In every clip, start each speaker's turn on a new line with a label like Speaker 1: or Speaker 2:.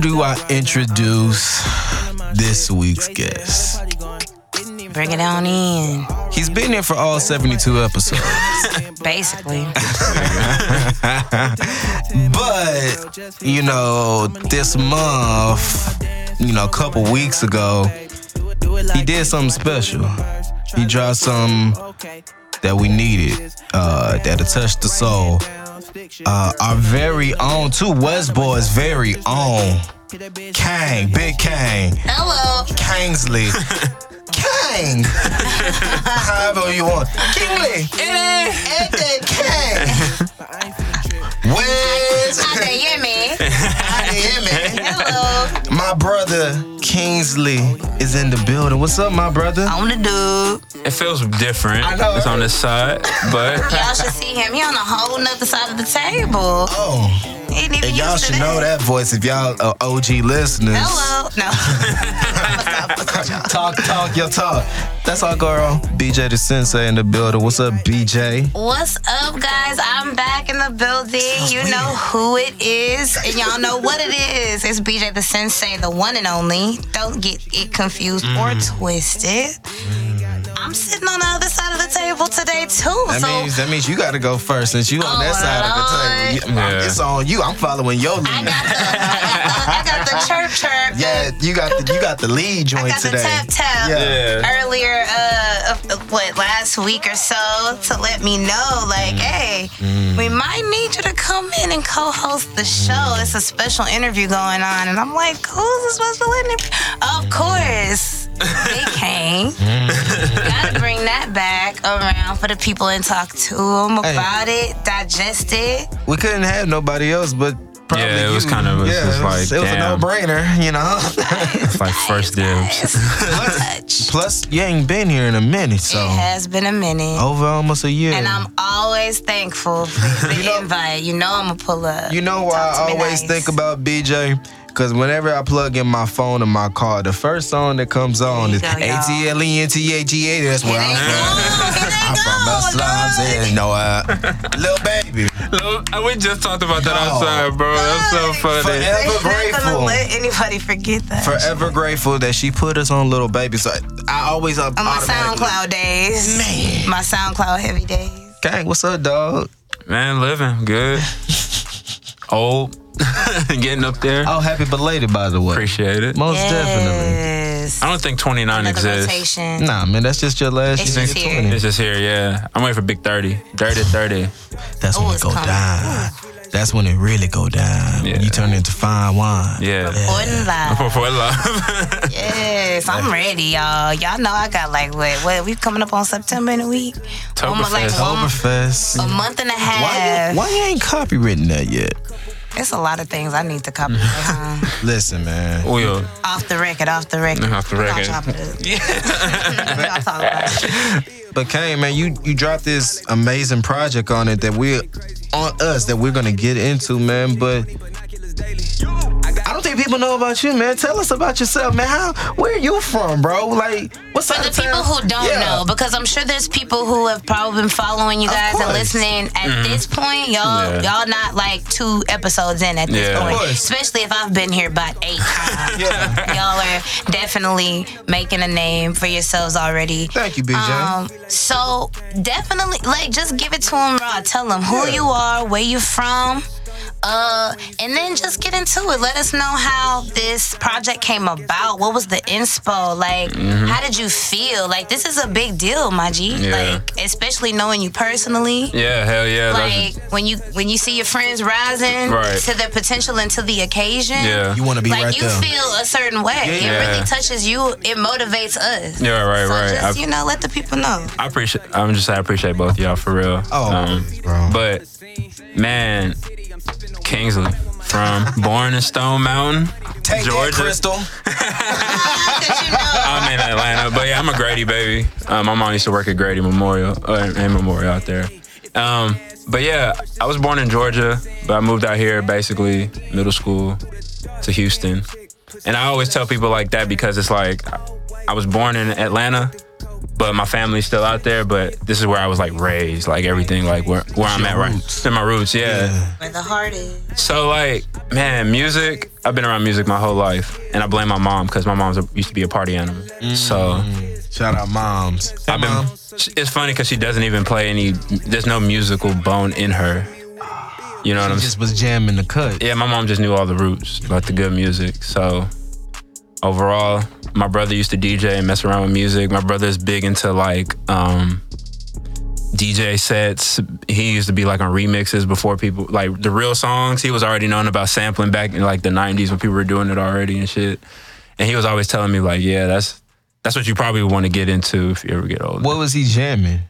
Speaker 1: do I introduce this week's guest?
Speaker 2: Bring it on in,
Speaker 1: He's been here for all 72 episodes,
Speaker 2: basically.
Speaker 1: but you know, this month, you know, a couple weeks ago, he did something special. He dropped something that we needed, uh, that'll touch the soul. Uh, our very own, two West Boys' very own, Kang, Big Kang.
Speaker 2: Hello.
Speaker 1: Kingsley. King. However you want. Kingley. Eddie King. Where's
Speaker 2: Hi there, you me.
Speaker 1: I am, man?
Speaker 2: Hello.
Speaker 1: My brother Kingsley is in the building. What's up, my brother?
Speaker 2: On the dude.
Speaker 3: It feels different.
Speaker 1: I know,
Speaker 3: It's on
Speaker 1: right?
Speaker 3: this side, but
Speaker 2: Y'all should see him. He on a whole nother side of the table.
Speaker 1: Oh,
Speaker 2: He ain't even
Speaker 1: and y'all
Speaker 2: used to
Speaker 1: should know that voice if y'all are OG listeners.
Speaker 2: Hello. No.
Speaker 1: Talk, talk your talk. That's our girl, BJ the Sensei in the building. What's up, BJ?
Speaker 2: What's up, guys? I'm back in the building. You know who it is, and y'all know what it is. It's BJ the Sensei, the one and only. Don't get it confused
Speaker 1: Mm.
Speaker 2: or twisted. I'm sitting on the other side of the table today, too.
Speaker 1: That
Speaker 2: so
Speaker 1: means that means you got to go first since you on
Speaker 2: Oh,
Speaker 1: that side of the table. You-
Speaker 3: Lord.
Speaker 1: It's on you. I'm following your lead.
Speaker 2: I got the, I got the chirp chirp.
Speaker 1: Yeah, you got the you got the lead joint
Speaker 2: I got
Speaker 1: today.
Speaker 2: the tap tap
Speaker 1: Yeah.
Speaker 3: yeah.
Speaker 2: earlier, uh, of- of what last week or so, to let me know, like,
Speaker 1: Mm.
Speaker 2: hey, we might need you to come in and co-host the show. It's a special interview going on, and I'm like, who's this special interview? Of course, they came.
Speaker 1: Mm.
Speaker 2: Gotta bring that back around for the people and talk to them
Speaker 1: Hey.
Speaker 2: about it, digest it.
Speaker 1: We couldn't have nobody else but probably
Speaker 3: Yeah, it was
Speaker 1: you.
Speaker 3: kind of- it was just
Speaker 1: it was,
Speaker 3: like,
Speaker 1: it was a
Speaker 3: damn.
Speaker 1: no-brainer, you know.
Speaker 3: It's like first dibs.
Speaker 2: Touch.
Speaker 1: Plus, you ain't been here in a minute, so Oh,
Speaker 2: It has been a minute.
Speaker 1: over almost a year.
Speaker 2: And I'm always thankful for the
Speaker 1: know-
Speaker 2: invite. You know I'm gonna pull up.
Speaker 1: you know why
Speaker 2: Talk to
Speaker 1: I
Speaker 2: me
Speaker 1: always
Speaker 2: nice.
Speaker 1: think about BJ. Cause whenever I plug in my phone in my car, the first song that comes on
Speaker 2: you
Speaker 1: is
Speaker 2: go, y'all.
Speaker 1: E A-T-L-E-N-T-A-G-A. That's where
Speaker 2: It ain't
Speaker 1: I'm
Speaker 2: gone.
Speaker 1: from.
Speaker 2: It ain't
Speaker 1: I'm from
Speaker 2: gone,
Speaker 1: the slums
Speaker 2: dog.
Speaker 1: and no uh, little baby.
Speaker 3: Look, we just talked about that
Speaker 1: No.
Speaker 3: outside, bro. That's so funny.
Speaker 1: Forever.
Speaker 2: They're not
Speaker 1: grateful.
Speaker 2: gonna let anybody forget that.
Speaker 1: Forever grateful that she put us on Little Baby. So I always up
Speaker 2: On my SoundCloud days,
Speaker 1: Man.
Speaker 2: my SoundCloud heavy days.
Speaker 1: Gang, what's up, dog?
Speaker 3: Man, living good. Old, getting up there.
Speaker 1: Oh, happy belated, by the way.
Speaker 3: Appreciate it.
Speaker 1: Most definitely.
Speaker 2: yes.
Speaker 3: I don't think 29
Speaker 2: Another
Speaker 3: exists.
Speaker 2: rotation.
Speaker 1: Nah, man, that's just your last
Speaker 2: It's
Speaker 1: year.
Speaker 2: just here.
Speaker 3: It's just here, yeah. I'm waiting for big 30. 30, 30.
Speaker 1: That's
Speaker 2: Oh,
Speaker 1: when it
Speaker 2: it's
Speaker 1: go
Speaker 2: coming.
Speaker 1: down. That's when it really go down. When
Speaker 3: Yeah.
Speaker 1: you turn into fine wine.
Speaker 3: Yeah.
Speaker 2: Orton live.
Speaker 3: For, for love.
Speaker 2: Yes, I'm ready, y'all. Y'all know I got like what? What we coming up on September in a week? One more, like,
Speaker 3: Oktoberfest.
Speaker 2: one-
Speaker 1: Oktoberfest.
Speaker 2: a month and a
Speaker 1: Why,
Speaker 2: half.
Speaker 1: you- why you ain't copywritten that yet?
Speaker 2: It's a lot of things I need to copy. huh?
Speaker 1: Listen, man.
Speaker 3: Oh, yo.
Speaker 2: Off the record, off the
Speaker 1: Mm-hmm.
Speaker 2: record.
Speaker 3: Off the
Speaker 2: We gonna
Speaker 3: record.
Speaker 2: chop it up. We gonna talk about it.
Speaker 1: But Kane, man, you you dropped this amazing project on it that we're on us that we're gonna get into, man. But I don't think people know about you, man. Tell us about yourself, man. How where you from, bro? Like what's
Speaker 2: For the people who don't know, because I'm sure there's people who have probably been following you
Speaker 1: Of
Speaker 2: guys and
Speaker 1: course.
Speaker 2: listening at
Speaker 1: Mm-hmm.
Speaker 2: this point. Y'all,
Speaker 3: Yeah.
Speaker 2: y'all not like two episodes in at this
Speaker 3: Yeah. Of
Speaker 2: point,
Speaker 1: course.
Speaker 2: especially if I've been here about eight times.
Speaker 1: Yeah.
Speaker 2: Y'all are definitely making a name for yourselves already.
Speaker 1: Thank you, BJ.
Speaker 2: Um, so definitely, like, just give it to them raw. Tell them who
Speaker 1: Yeah.
Speaker 2: you are, where you from, uh, and then just get into it. Let us know how this project came about. What was the inspo? Like,
Speaker 3: Mm-hmm.
Speaker 2: how did you feel? Like, this is a big deal, my G.
Speaker 3: Yeah.
Speaker 2: Like, especially knowing you personally.
Speaker 3: Yeah, hell yeah.
Speaker 2: Like
Speaker 3: That's,
Speaker 2: when you when you see your friends rising
Speaker 3: Right.
Speaker 2: to their potential and to the occasion,
Speaker 3: yeah.
Speaker 1: you wanna be
Speaker 2: like
Speaker 1: right
Speaker 2: you
Speaker 1: there.
Speaker 2: feel a certain way. It
Speaker 3: Yeah.
Speaker 2: really touches you. It motivates us.
Speaker 3: Yeah, right,
Speaker 2: So
Speaker 3: right.
Speaker 2: just
Speaker 3: I-
Speaker 2: you know, let the people know.
Speaker 3: I appreciate. I'm just. I appreciate both y'all for real. Um,
Speaker 1: Oh, bro.
Speaker 3: But man, Kingsley from born in Stone Mountain,
Speaker 1: Take that,
Speaker 3: Georgia.
Speaker 1: Crystal.
Speaker 2: Because you know,
Speaker 3: I'm in Atlanta, but yeah, I'm a Grady baby. Um, my mom used to work at Grady Memorial uh, and Memorial out there. Um, but yeah, I was born in Georgia, but I moved out here basically middle school to Houston. And I always tell people like that because it's like I was born in Atlanta, But my family's still out there, but this is where I was like raised, like everything, like where, where I'm at right
Speaker 1: roots.
Speaker 3: in my roots, yeah.
Speaker 2: Where the heart is.
Speaker 3: So like, man, music. I've been around music my whole life, and I blame my mom because my mom's a, used to be a party animal. So
Speaker 1: Shout out moms. Hey,
Speaker 3: I've been.
Speaker 1: mom.
Speaker 3: It's funny because she doesn't even play any. There's no musical bone in her. You know what I'm saying?
Speaker 1: Just was jamming the cut.
Speaker 3: Yeah, my mom just knew all the roots, like the good music. So overall, my brother used to DJ and mess around with music. My brother's big into like um DJ sets. He used to be like on remixes before people like the real songs. He was already known about sampling back in like the '90s when people were doing it already and shit. And he was always telling me like, yeah, that's that's what you probably want to get into if you ever get older.
Speaker 1: What was he jamming?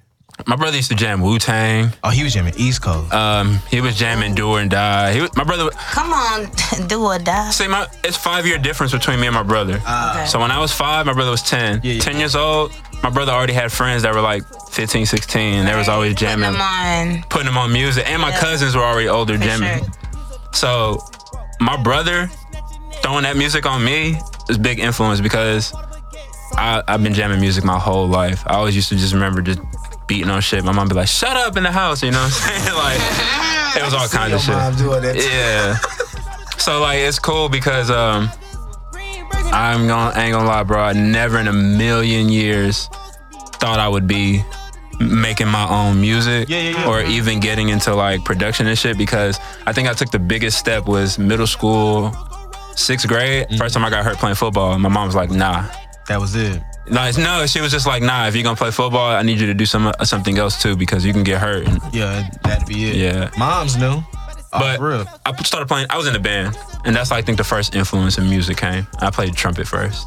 Speaker 3: My brother used to jam Wu Tang.
Speaker 1: Oh, he was jamming East Coast.
Speaker 3: Um, he was jamming Do or Die. He was, my brother.
Speaker 2: Come on, do or die.
Speaker 3: See, my it's five year difference between me and my brother.
Speaker 2: Okay.
Speaker 3: So when I was five, my brother was 10.
Speaker 1: Ah. Yeah, yeah.
Speaker 3: 10 years old, my brother already had friends that were like 15, 16, and they was always
Speaker 2: Putting
Speaker 3: jamming,
Speaker 2: them on.
Speaker 3: putting them on music. And my
Speaker 2: Yeah.
Speaker 3: cousins were already older
Speaker 2: For
Speaker 3: jamming.
Speaker 2: sure.
Speaker 3: So my brother throwing that music on me is big influence because I, I've been jamming music my whole life. I always used to just remember just beating on shit. My mom be like, shut up in the house, you know what I'm saying? like, it was all kinds of shit.
Speaker 1: doing that.
Speaker 3: Yeah. so like it's cool because um I'm gonna ain't gonna lie, bro. I never in a million years thought I would be making my own music
Speaker 1: Yeah, yeah, yeah.
Speaker 3: or even getting into like production and shit because I think I took the biggest step was middle school, sixth grade.
Speaker 1: Mm-hmm.
Speaker 3: First time I got hurt playing football, my mom was like, nah.
Speaker 1: That was it.
Speaker 3: No, it's- no, she was just like, nah, if you're gonna play football, I need you to do some something else too because you can get hurt. And
Speaker 1: Yeah, that'd be it.
Speaker 3: Yeah.
Speaker 1: Moms knew. Off
Speaker 3: But-
Speaker 1: Oh, real.
Speaker 3: I started playing. I was in a band, and that's I think the first influence in music came. I played trumpet first.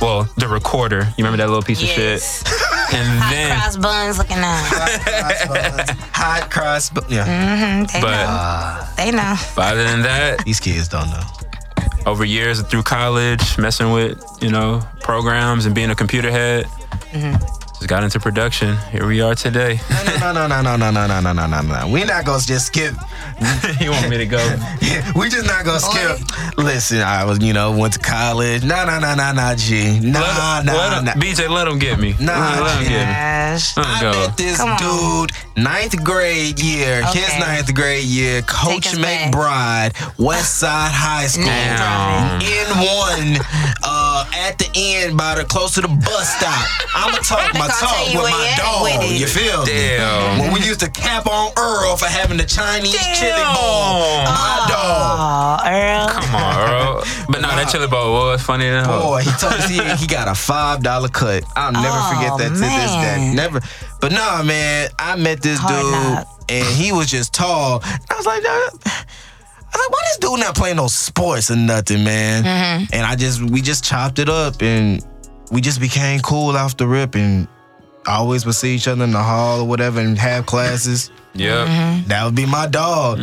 Speaker 3: Well, the recorder. You remember that little piece
Speaker 2: Yes.
Speaker 3: of shit? And
Speaker 2: Hot
Speaker 3: then,
Speaker 2: cross buns looking out.
Speaker 1: Hot cross. But yeah,
Speaker 2: Mm-hmm. They know.
Speaker 3: but,
Speaker 2: They know.
Speaker 3: but other than that,
Speaker 1: these kids don't know.
Speaker 3: over years through college, messing with you know programs and being a computer head,
Speaker 1: Mm-hmm.
Speaker 3: just got into production. Here we are today.
Speaker 1: No, no, no, no, no, no, no, no, no, no, no. We're not gonna just skip.
Speaker 3: you want me to go?
Speaker 1: we just not gonna skip. Listen, I was, you know, went to college. Nah, nah, nah, nah, nah, G. Nah,
Speaker 3: Let 'em- let
Speaker 1: nah,
Speaker 3: 'em-
Speaker 1: nah.
Speaker 3: BJ, let him get me.
Speaker 1: Nah,
Speaker 3: let him get me.
Speaker 2: Gosh.
Speaker 3: Let 'em
Speaker 1: I
Speaker 3: go.
Speaker 1: met this
Speaker 2: Come on.
Speaker 1: dude ninth grade year, his
Speaker 2: Okay.
Speaker 1: ninth grade year, Coach
Speaker 2: us back.
Speaker 1: McBride, Westside High School.
Speaker 2: Name dropping.
Speaker 1: in one uh, at the end by the close to the bus stop. I'ma talk my
Speaker 2: Gonna tell
Speaker 1: talk
Speaker 2: you
Speaker 1: with
Speaker 2: where
Speaker 1: my
Speaker 2: you at
Speaker 1: dog.
Speaker 2: with it.
Speaker 1: you feel me?
Speaker 3: Damn.
Speaker 1: When we used to cap on Earl for having the Chinese chili bowl,
Speaker 3: Damn.
Speaker 1: my dog.
Speaker 2: Aw, Earl.
Speaker 3: Come on, bro. But no, that chili bowl was funny. than hell.
Speaker 1: Boy, Oh, he told us he, he got a five dollar cut. I'll never
Speaker 2: Oh,
Speaker 1: forget that to this day.
Speaker 2: man.
Speaker 1: Never. But nah, man, I met this
Speaker 2: Hard
Speaker 1: dude
Speaker 2: knock.
Speaker 1: and he was just tall. I was like, "Nah." I was like, why this dude not playing no sports or nothing, man?
Speaker 2: Mm-hmm.
Speaker 1: And I just we just chopped it up and we just became cool off the rip and always would see each other in the hall or whatever and have classes.
Speaker 3: Yep.
Speaker 1: That would be my dog,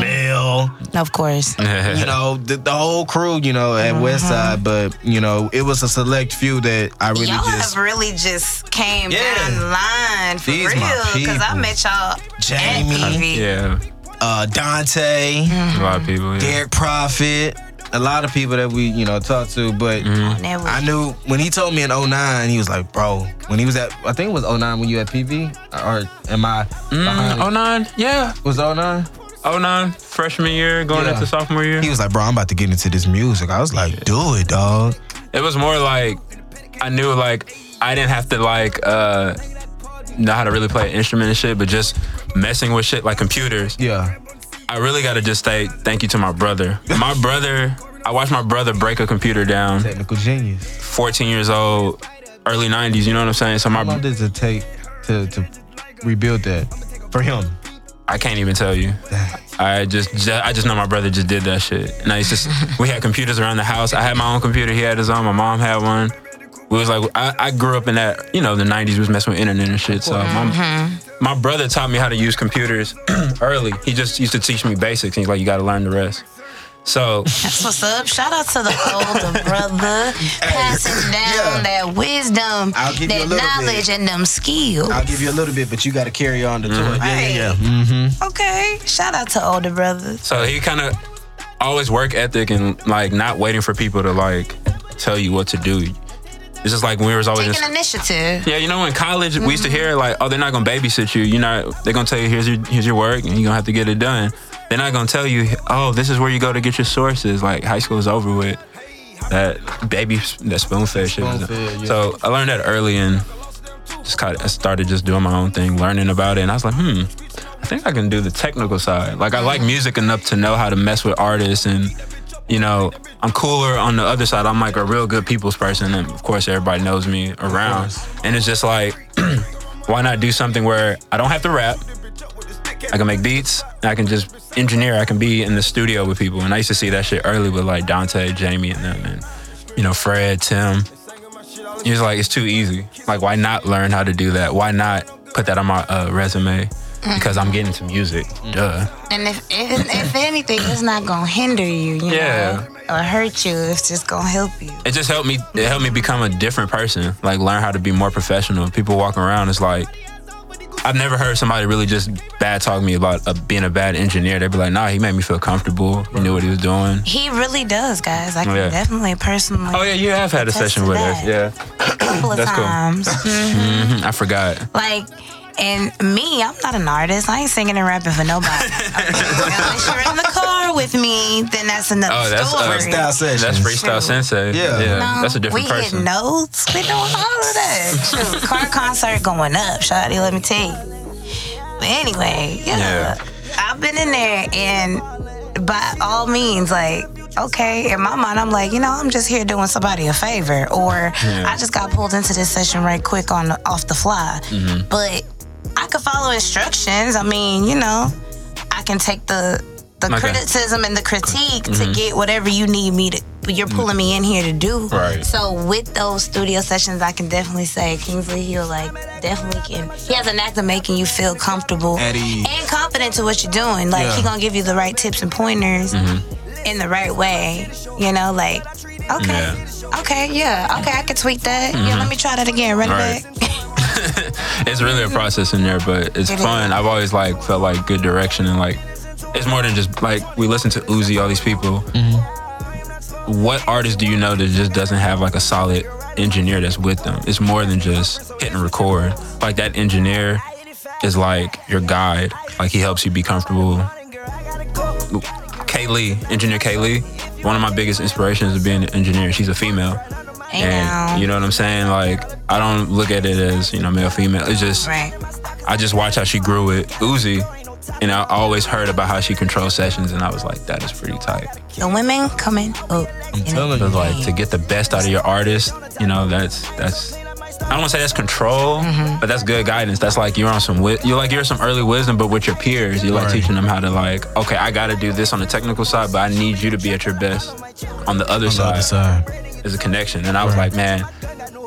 Speaker 1: Tramel
Speaker 2: Of course.
Speaker 1: Mm-hmm. you know, the, the whole crew, you know, at Westside, but you know, it was a select few that I really
Speaker 2: y'all
Speaker 1: just
Speaker 2: have really just came
Speaker 1: Yeah.
Speaker 2: down the line for
Speaker 1: These my
Speaker 2: real. Because I
Speaker 1: people.
Speaker 2: met y'all
Speaker 1: Jamie.
Speaker 2: at PV.
Speaker 3: yeah.
Speaker 1: uh Dante,
Speaker 3: A lot of people. Yeah.
Speaker 1: Derek Prophet, a lot of people that we, you know, talked to, but
Speaker 2: And that was-
Speaker 1: I knew when he told me in 09, he was like, bro, when he was at I think it was 09 when you at PV or am I behind?
Speaker 3: Mm, 09, yeah.
Speaker 1: was oh it 09?
Speaker 3: 09, freshman year, going
Speaker 1: Yeah.
Speaker 3: into sophomore year.
Speaker 1: He was like, bro, I'm about to get into this music. I was like, do it, dog.
Speaker 3: It was more like I knew like I didn't have to like uh know how to really play an instrument and shit, but just messing with shit like computers.
Speaker 1: Yeah.
Speaker 3: I really gotta just say thank you to my brother. My brother, I watched my brother break a computer down,
Speaker 1: Technical genius.
Speaker 3: 14 years old, early 90s. You know what I'm saying? So
Speaker 1: How long
Speaker 3: my,
Speaker 1: does it take to to rebuild that for him?
Speaker 3: I can't even tell you. I just, ju- I just know my brother just did that shit. And it's just we had computers around the house. I had my own computer. He had his own. My mom had one. We was like, I, I grew up in that, you know, the '90s. We was messing with internet and shit. So my, my brother taught me how to use computers early. He just used to teach me basics. He's like, you got to learn the rest. So
Speaker 2: That's what's up. Shout out to the older brother passing down
Speaker 1: yeah.
Speaker 2: that wisdom,
Speaker 1: I'll give you a
Speaker 2: that
Speaker 1: little
Speaker 2: knowledge,
Speaker 1: bit.
Speaker 2: and them skills.
Speaker 1: I'll give you a little bit, but you got to carry on the tour. Mm-hmm. Yeah, yeah, yeah.
Speaker 2: Right. Okay. Shout out to older brothers.
Speaker 3: So he kind of always work ethic and like not waiting for people to like tell you what to do. It's just like when we was always in
Speaker 2: Taking initiative.
Speaker 3: yeah, you know, in college we used to hear like, oh, they're not gonna babysit you. You're not. They're gonna tell you here's your here's your work, and you're gonna have to get it done. They're not gonna tell you, oh, this is where you go to get your sources. Like high school is over with. That baby, that spoon fed shit. was-
Speaker 1: Spoon-fed, yeah.
Speaker 3: So I learned that early and just kind of I started just doing my own thing, learning about it, and I was like, hmm, I think I can do the technical side. Like I like music enough to know how to mess with artists and you know, I'm cooler on the other side. I'm like a real good people's person, and of course, everybody knows me around.
Speaker 1: course.
Speaker 3: And it's just like, why not do something where I don't have to rap? I can make beats. And I can just engineer. I can be in the studio with people. And I used to see that shit early with like Dante, Jamie, and them, and you know, Fred, Tim. He was like, it's too easy. Like, why not learn how to do that? Why not put that on my uh, resume? Because I'm getting to music. Duh.
Speaker 2: And if, if if anything, it's not gonna hinder you, you
Speaker 3: Yeah.
Speaker 2: know, or hurt you. It's just gonna help you.
Speaker 3: it just helped me it helped me become a different person like learn how to be more professional people walking around it's like i've never heard somebody really just bad talk me about uh being a bad engineer they'd be like nah he made me feel comfortable he knew what he was doing
Speaker 2: He really does, guys. I can
Speaker 3: Yeah.
Speaker 2: definitely personally.
Speaker 3: oh yeah you have had a
Speaker 2: Attest
Speaker 3: session
Speaker 2: to
Speaker 3: with
Speaker 2: that.
Speaker 3: her yeah
Speaker 2: couple of
Speaker 3: That's cool.
Speaker 2: times. Mhm.
Speaker 3: Mhm, i forgot
Speaker 2: Like, and me, I'm not an artist. I ain't singing and rapping for nobody. Okay? Unless you're in the car with me, then that's another
Speaker 3: Oh, that's, uh,
Speaker 2: story.
Speaker 1: Freestyle sessions.
Speaker 3: that's freestyle
Speaker 2: True.
Speaker 3: sensei
Speaker 1: Yeah.
Speaker 2: No,
Speaker 3: that's a different
Speaker 2: we
Speaker 3: person
Speaker 2: hit notes. We doing all of that. Shoot, car concert going up, Shawty. Let me tell you. But anyway, yeah,
Speaker 3: Yeah.
Speaker 2: I've been in there, and by all means, like. Okay, in my mind, I'm like, you know, I'm just here doing somebody a favor, or I just got pulled into this session right quick on off the fly.
Speaker 3: Mm-hmm.
Speaker 2: But I could follow instructions. I mean, you know, I can take the the
Speaker 3: Okay.
Speaker 2: criticism and the critique to get whatever you need me to. You're pulling me in here to do.
Speaker 3: Right.
Speaker 2: So with those studio sessions, I can definitely say Kingsley Hill, like, definitely can. He has an act of making you feel comfortable
Speaker 1: At ease.
Speaker 2: and confident to what you're doing. Like
Speaker 1: Yeah.
Speaker 2: he gonna give you the right tips and pointers in the right way. You know, like, okay, okay, yeah, okay, I can tweak that. Yeah, let me try that again. Run
Speaker 3: Right.
Speaker 2: it back.
Speaker 3: it's really a process in there, but it's
Speaker 2: It is.
Speaker 3: fun. I've always like felt like good direction and like it's more than just like we listen to Uzi, all these people.
Speaker 2: Mm-hmm.
Speaker 3: What artist do you know that just doesn't have like a solid engineer that's with them? It's more than just hit and record. Like that engineer is like your guide. Like he helps you be comfortable. Kay Lee, engineer Kay Lee, one of my biggest inspirations of being an engineer. She's a female.
Speaker 2: You know.
Speaker 3: And you know what I'm saying? Like, I don't look at it as, you know, male, female. It's just,
Speaker 2: Right.
Speaker 3: I just watch how she grew it. Uzi, and I always heard about how she controls sessions, and I was like, that is pretty tight.
Speaker 2: The women coming up. I'm
Speaker 1: telling you.
Speaker 3: But like, to get the best out of your artist, you know, that's, that's, I don't want to say that's control, but that's good guidance. That's like you're on some, wi- you're like you're some early wisdom, but with your peers, you're like
Speaker 1: Right.
Speaker 3: teaching them how to like, okay, I got to do this on the technical side, but I need you to be at your best on the other
Speaker 1: The
Speaker 3: side
Speaker 1: other side.
Speaker 3: is a connection. And I was like, man,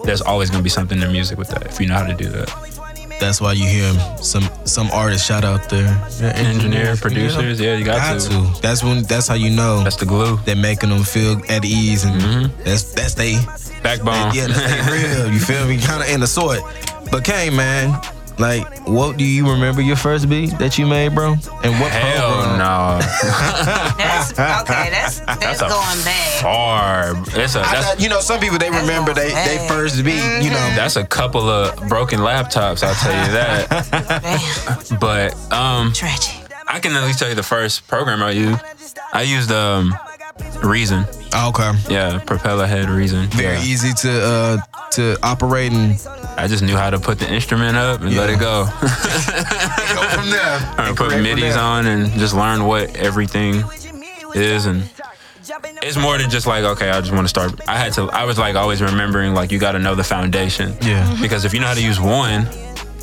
Speaker 3: there's always gonna be something in music with that if you know how to do that.
Speaker 1: That's why you hear some some artists shout out there.
Speaker 3: Engineer, producers, yeah, you got,
Speaker 1: Got
Speaker 3: to.
Speaker 1: to. That's when. That's how you know
Speaker 3: That's Mm-hmm. the glue,
Speaker 1: they're making them feel at ease, and that's that's they.
Speaker 3: Uh-huh. backbone.
Speaker 1: Yeah, that's they real. You feel me? Kind of in the sort. But K man, like, what do you remember your first beat that you made, bro? And what
Speaker 3: Hell
Speaker 1: program?
Speaker 3: no,
Speaker 2: That's okay. That's that's,
Speaker 3: that's a
Speaker 2: going back.
Speaker 3: far. It's a
Speaker 1: I
Speaker 3: that's
Speaker 1: thought, you know, some people they remember they they
Speaker 2: Hey.
Speaker 1: first beat. You know,
Speaker 3: that's a couple of broken laptops. I'll tell you that.
Speaker 2: Damn,
Speaker 3: but um,
Speaker 2: tragic.
Speaker 3: I can at least tell you the first program I used. I used um, Reason.
Speaker 1: Oh, okay.
Speaker 3: Yeah, Propeller Head Reason.
Speaker 1: Very
Speaker 3: yeah.
Speaker 1: easy to uh to operate and
Speaker 3: I just knew how to put the instrument up and let
Speaker 1: Yeah.
Speaker 3: it go.
Speaker 1: go from there.
Speaker 3: I put
Speaker 1: Correct from
Speaker 3: midis
Speaker 1: there.
Speaker 3: on and just learn what everything is and it's more than just like okay i just want to start i had to i was like always remembering like you got to know the foundation
Speaker 1: Yeah. Mhm.
Speaker 3: because if you know how to use one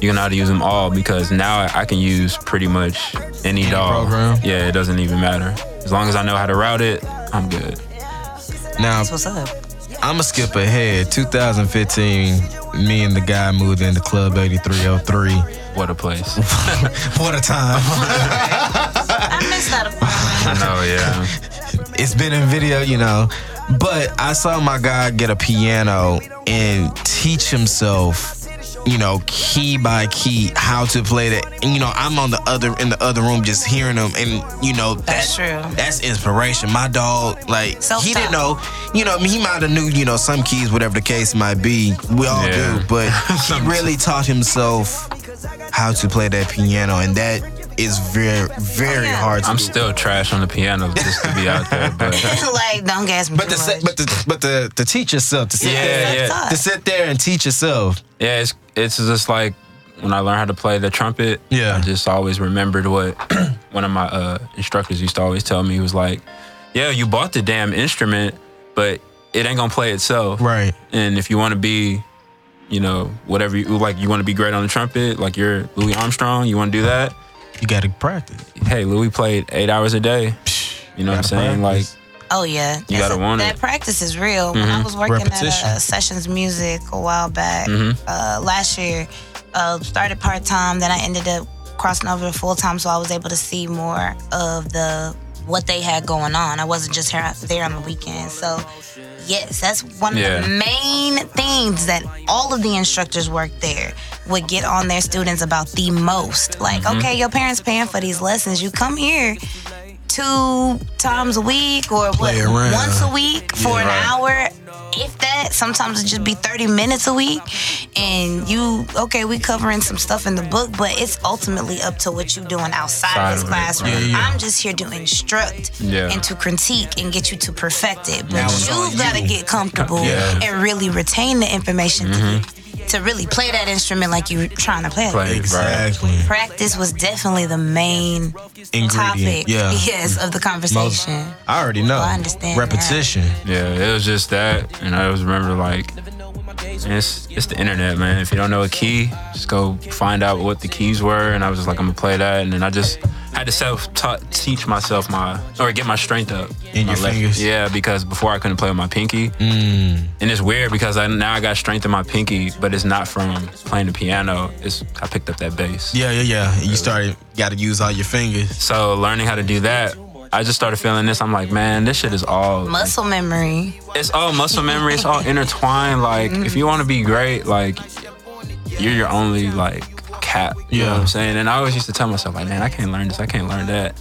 Speaker 3: you can know how to use them all because now i can use pretty much any, dog
Speaker 1: program.
Speaker 3: yeah it doesn't even matter as long as i know how to route it i'm good
Speaker 1: Now
Speaker 2: That's what's up.
Speaker 1: I'ma skip ahead. 2015, me and the guy moved into Club 8303.
Speaker 3: what a place
Speaker 1: what a time.
Speaker 2: I missed that apartment.
Speaker 3: i know yeah
Speaker 1: it's been in video, you know. But I saw my guy get a piano and teach himself you know, key by key how to play that. And, you know, I'm on the other in the other room just hearing them, and you know that,
Speaker 2: That's true.
Speaker 1: That's inspiration. My dog, like he
Speaker 2: Self-taught.
Speaker 1: didn't know. You know, I mean, he might have knew. You know, some keys, whatever the case might be. We all
Speaker 3: Yeah.
Speaker 1: do, but he really taught himself how to play that piano, and that is very very
Speaker 2: Oh, Yeah.
Speaker 1: hard to
Speaker 3: I'm
Speaker 1: do.
Speaker 3: still trash on the piano just to be out there, but
Speaker 2: like, don't gas me.
Speaker 1: but
Speaker 2: too
Speaker 1: the se-
Speaker 2: much.
Speaker 1: but the but the to teach yourself to sit
Speaker 3: Yeah,
Speaker 1: there,
Speaker 3: yeah.
Speaker 2: Self-taught.
Speaker 1: to sit there and teach yourself.
Speaker 3: yeah, it's it's just like when I learned how to play the trumpet.
Speaker 1: Yeah.
Speaker 3: I just always remembered what one of my uh, instructors used to always tell me. He was like, "Yeah, you bought the damn instrument, but it ain't gonna play itself.
Speaker 1: Right.
Speaker 3: And if you want to be, you know, whatever you like, you want to be great on the trumpet, like you're Louis Armstrong. You want to do that?
Speaker 1: You got to practice.
Speaker 3: Hey, Louis played eight hours a day. You know what I'm saying?
Speaker 1: Like
Speaker 2: Oh yeah,
Speaker 3: You gotta
Speaker 2: That's-
Speaker 3: want
Speaker 2: that
Speaker 3: it. Mm-hmm.
Speaker 2: practice is real. When I was working
Speaker 1: Repetition.
Speaker 2: at uh, Sessions Music a while back
Speaker 3: Mm-hmm.
Speaker 2: uh, last year, uh, started part time, then I ended up crossing over to full time, so I was able to see more of the what they had going on. I wasn't just here, there on the weekends. So yes, that's one
Speaker 3: Yeah.
Speaker 2: of the main things that all of the instructors work there would get on their students about the most. Like,
Speaker 3: Mm-hmm.
Speaker 2: okay, your parents paying for these lessons. You come here two times a week or what,
Speaker 1: Play around.
Speaker 2: once a week for an
Speaker 3: right.
Speaker 2: hour if that sometimes it just be 30 minutes a week and you okay we covering some stuff in the book but it's ultimately up to what you doing outside
Speaker 3: Side
Speaker 2: of this
Speaker 3: of it, right.
Speaker 2: classroom
Speaker 1: Yeah, yeah.
Speaker 2: i'm just here to instruct
Speaker 3: Yeah.
Speaker 2: and to critique and get you to perfect it but
Speaker 1: Now it's on
Speaker 2: you gotta
Speaker 1: you.
Speaker 2: get comfortable
Speaker 1: Yeah. Mm-hmm.
Speaker 2: and really retain the information to, to really play that instrument like you're trying to play it
Speaker 3: Play.
Speaker 1: exactly
Speaker 2: practice was definitely the main
Speaker 1: ingredient.
Speaker 2: topic
Speaker 1: Yeah.
Speaker 2: yes of the
Speaker 1: Most-
Speaker 2: conversation
Speaker 1: I already know.
Speaker 2: I understand
Speaker 1: Repetition.
Speaker 3: Yeah, it was just that, and I always remember like, and it's it's the internet, man. If you don't know a key, just go find out what the keys were, and I was just like, I'm gonna play that, and then I just had to self taught teach myself my or get my strength up
Speaker 1: In
Speaker 3: My
Speaker 1: your fingers?
Speaker 3: Yeah, because before I couldn't play with my pinky,
Speaker 1: Mm.
Speaker 3: and it's weird because I now I got strength in my pinky, but it's not from playing the piano. It's I picked up that bass.
Speaker 1: Yeah, yeah, yeah. You started. Got to use all your fingers.
Speaker 3: So learning how to do that. I just started feeling this. I'm like, man, this shit is all
Speaker 2: muscle memory
Speaker 3: it's all muscle memory. It's all intertwined. Like if you want to be great, like you're your only like cap. You know what
Speaker 1: Yeah.
Speaker 3: I'm saying? And I always used to tell myself, like, man, I can't learn this. I can't learn that.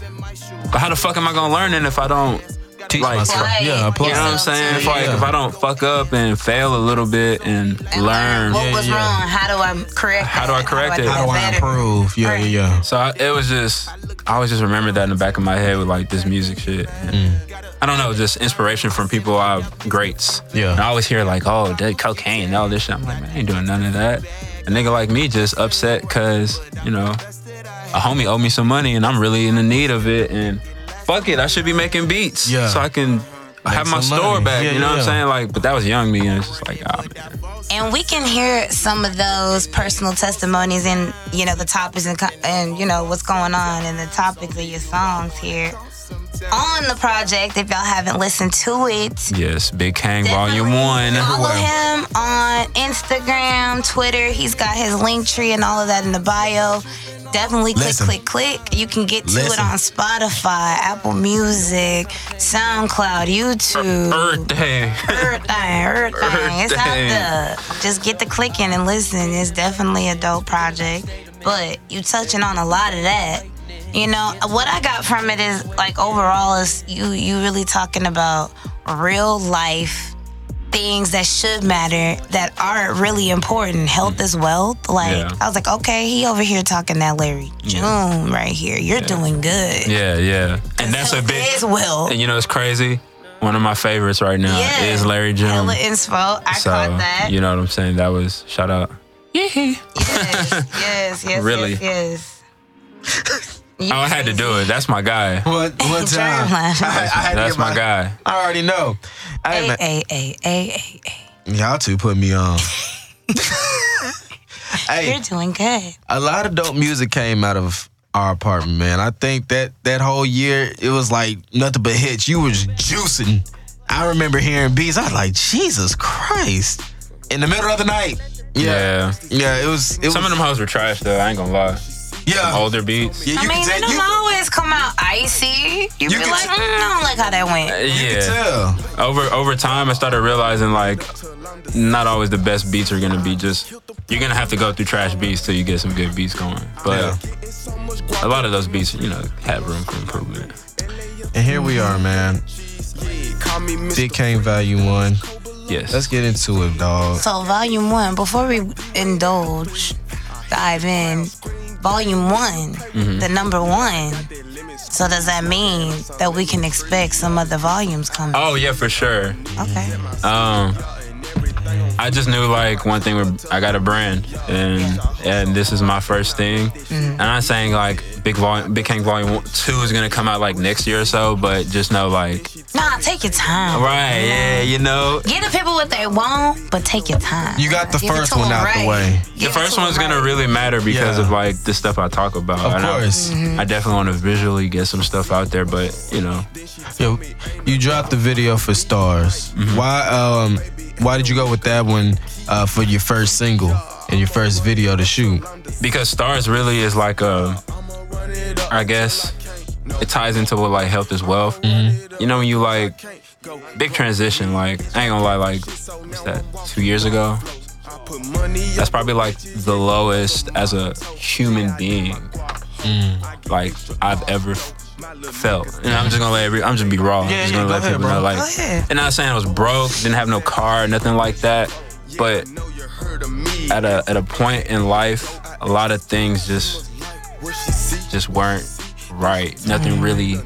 Speaker 3: But how the fuck am I gonna learn it if I don't?
Speaker 1: Teach
Speaker 3: Like-
Speaker 1: myself.
Speaker 2: Right.
Speaker 1: Yeah, apply.
Speaker 3: You know what I'm saying? If, like
Speaker 1: Yeah.
Speaker 3: if I don't fuck up and fail a little bit and learn.
Speaker 2: What
Speaker 1: Yeah,
Speaker 2: was
Speaker 1: yeah.
Speaker 2: wrong? How do I correct?
Speaker 3: How do I correct it?
Speaker 1: How do I
Speaker 2: better?
Speaker 1: improve? Yeah, yeah, yeah.
Speaker 3: So I, it was just, I always just remembered that in the back of my head with like this music shit.
Speaker 1: Mm.
Speaker 3: And I don't know, just inspiration from people I greats.
Speaker 1: Yeah.
Speaker 3: And I always hear like, oh, that cocaine, and all this shit. I'm like, man, I ain't doing none of that. A nigga like me just upset because you know a homie owed me some money and I'm really in the need of it. And fuck it, I should be making beats
Speaker 1: Yeah.
Speaker 3: so I can. have my
Speaker 1: some
Speaker 3: store
Speaker 1: money.
Speaker 3: back,
Speaker 1: Yeah,
Speaker 3: you know what
Speaker 1: yeah.
Speaker 3: I'm saying? Like, but that was young me, and it's just like, ah, man.
Speaker 2: And we can hear some of those personal testimonies and you know the topics and co- and you know what's going on and the topics of your songs here on the project. If y'all haven't listened to it,
Speaker 3: yes, Big Kang
Speaker 2: Definitely
Speaker 3: Volume One.
Speaker 2: Follow him on Instagram, Twitter. He's got his link tree and all of that in the bio. Definitely click,
Speaker 1: Listen.
Speaker 2: click, click. You can get to it
Speaker 1: Listen.
Speaker 2: on Spotify, Apple Music, SoundCloud, YouTube.
Speaker 3: Earth Day.
Speaker 2: Earth thing, earth thing. It's out
Speaker 3: thing.
Speaker 2: there. Just get the clicking and listen. It's definitely a dope project. But you touching on a lot of that. You know, what I got from it is like overall is you you really talking about real life things that should matter that are really important. Health is wealth. Like
Speaker 3: Yeah.
Speaker 2: I was like, okay, he over here talking that Larry June right here. You're doing good.
Speaker 3: Yeah, yeah. And that's a
Speaker 2: Health
Speaker 3: big.
Speaker 2: is wealth.
Speaker 3: And you know it's crazy? One of my favorites right now
Speaker 2: Yeah.
Speaker 3: is Larry June.
Speaker 2: Hella info. I
Speaker 3: So
Speaker 2: caught that.
Speaker 3: you know what I'm saying? That was shout out.
Speaker 2: yes, yes, yes,
Speaker 3: Really?
Speaker 2: yes, yes.
Speaker 3: Oh, I had to do it. That's my guy.
Speaker 1: What one time?
Speaker 2: Germline.
Speaker 1: I, I had to
Speaker 3: That's
Speaker 1: get
Speaker 3: my guy.
Speaker 1: I already know. I
Speaker 2: A
Speaker 1: ain't
Speaker 2: A A A A.
Speaker 1: y'all two put me on. hey,
Speaker 2: You're doing good.
Speaker 1: a lot of dope music came out of our apartment, man. I think that that whole year it was like nothing but hits. You was juicing. I remember hearing beats. I was like, Jesus Christ! In the middle of the night. Yeah,
Speaker 3: Yeah.
Speaker 1: yeah. it was. It
Speaker 3: Some of
Speaker 1: was,
Speaker 3: them hoes were trash though. I ain't gonna lie.
Speaker 2: Uh,
Speaker 1: Yeah.
Speaker 3: Some older beats.
Speaker 1: Yeah,
Speaker 2: I mean, they
Speaker 1: tell-
Speaker 2: don't always come out icy. You,
Speaker 1: You
Speaker 2: be
Speaker 1: can
Speaker 2: like,
Speaker 1: tell-
Speaker 2: mm, I don't like how that went.
Speaker 1: you
Speaker 3: Yeah.
Speaker 1: tell.
Speaker 3: Over over time, I started realizing like not always the best beats are gonna be just. You're gonna have to go through trash beats till you get some good beats going. But a lot of those beats, you know, have room for improvement.
Speaker 1: And here we are, man. Dick Kane Value One.
Speaker 3: Yes.
Speaker 1: Let's get into it, dog.
Speaker 2: So, volume one, before we indulge, dive in, volume one,
Speaker 3: Mm-hmm.
Speaker 2: the number one. So, does that mean that we can expect some other volumes coming?
Speaker 3: Oh yeah, for sure.
Speaker 2: Okay.
Speaker 3: Um, I just knew like one thing. where I got a brand, and and this is my first thing. And I'm not saying like big volume, big Kang volume One- two is gonna come out like next year or so, but just know like
Speaker 2: Nah, take your time.
Speaker 3: right, yeah, you know.
Speaker 2: Give the people what they want, but take your time.
Speaker 1: You got the
Speaker 2: Give it
Speaker 1: first
Speaker 2: to 'em
Speaker 1: one out the
Speaker 2: right.
Speaker 1: way.
Speaker 2: Give
Speaker 3: The
Speaker 2: it to
Speaker 3: first
Speaker 2: 'em
Speaker 3: one's gonna
Speaker 2: right.
Speaker 3: really matter because
Speaker 1: Yeah.
Speaker 3: of like the stuff I talk about.
Speaker 1: Of
Speaker 3: And I-
Speaker 1: course.
Speaker 3: I definitely want to visually get some stuff out there, but you know,
Speaker 1: Yo, you dropped the video for Stars.
Speaker 3: Mm-hmm.
Speaker 1: Why um why did you go with that one uh, for your first single and your first video to shoot?
Speaker 3: because stars really is like a i guess it ties into what like health is wealth you know when you like big transition like i ain't gonna lie like what's that two years ago that's probably like the lowest as a human being
Speaker 1: Mm.
Speaker 3: like i've ever felt and i'm just gonna let every i'm just be raw I'm
Speaker 1: Yeah,
Speaker 3: just
Speaker 1: yeah,
Speaker 3: gonna
Speaker 1: go
Speaker 3: let
Speaker 1: ahead,
Speaker 3: people
Speaker 1: bro.
Speaker 3: know like
Speaker 2: Go ahead.
Speaker 3: and not saying i was broke didn't have no car nothing like that but at a at a point in life, a lot of things just just weren't right.
Speaker 1: Mm.
Speaker 3: Nothing really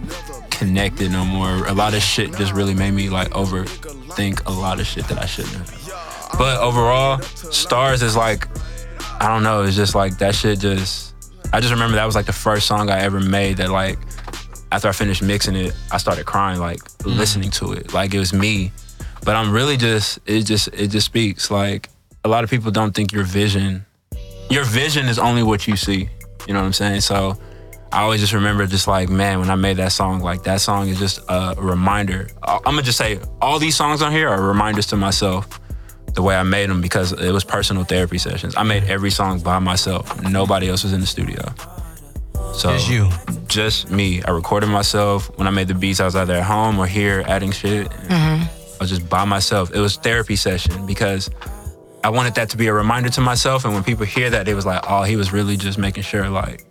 Speaker 3: connected no more. A lot of shit just really made me like overthink a lot of shit that I shouldn't have. But overall, stars is like I don't know. It's just like that shit. Just I just remember that was like the first song I ever made that like after I finished mixing it, I started crying like listening to it. Like it was me. But I'm really just it just it just speaks like a lot of people don't think your vision your vision is only what you see. You know what I'm saying? So I always just remember just like man when I made that song like that song is just a reminder. I'm going to just say all these songs on here are reminders to myself the way I made them because it was personal therapy sessions. I made every song by myself. Nobody else was in the studio. So
Speaker 1: It's you.
Speaker 3: just me. I recorded myself. When I made the beats, I was either at home or here adding shit.
Speaker 2: Mm-hmm.
Speaker 3: I was just by myself. It was therapy session because I wanted that to be a reminder to myself. And when people hear that, they was like, oh, he was really just making sure like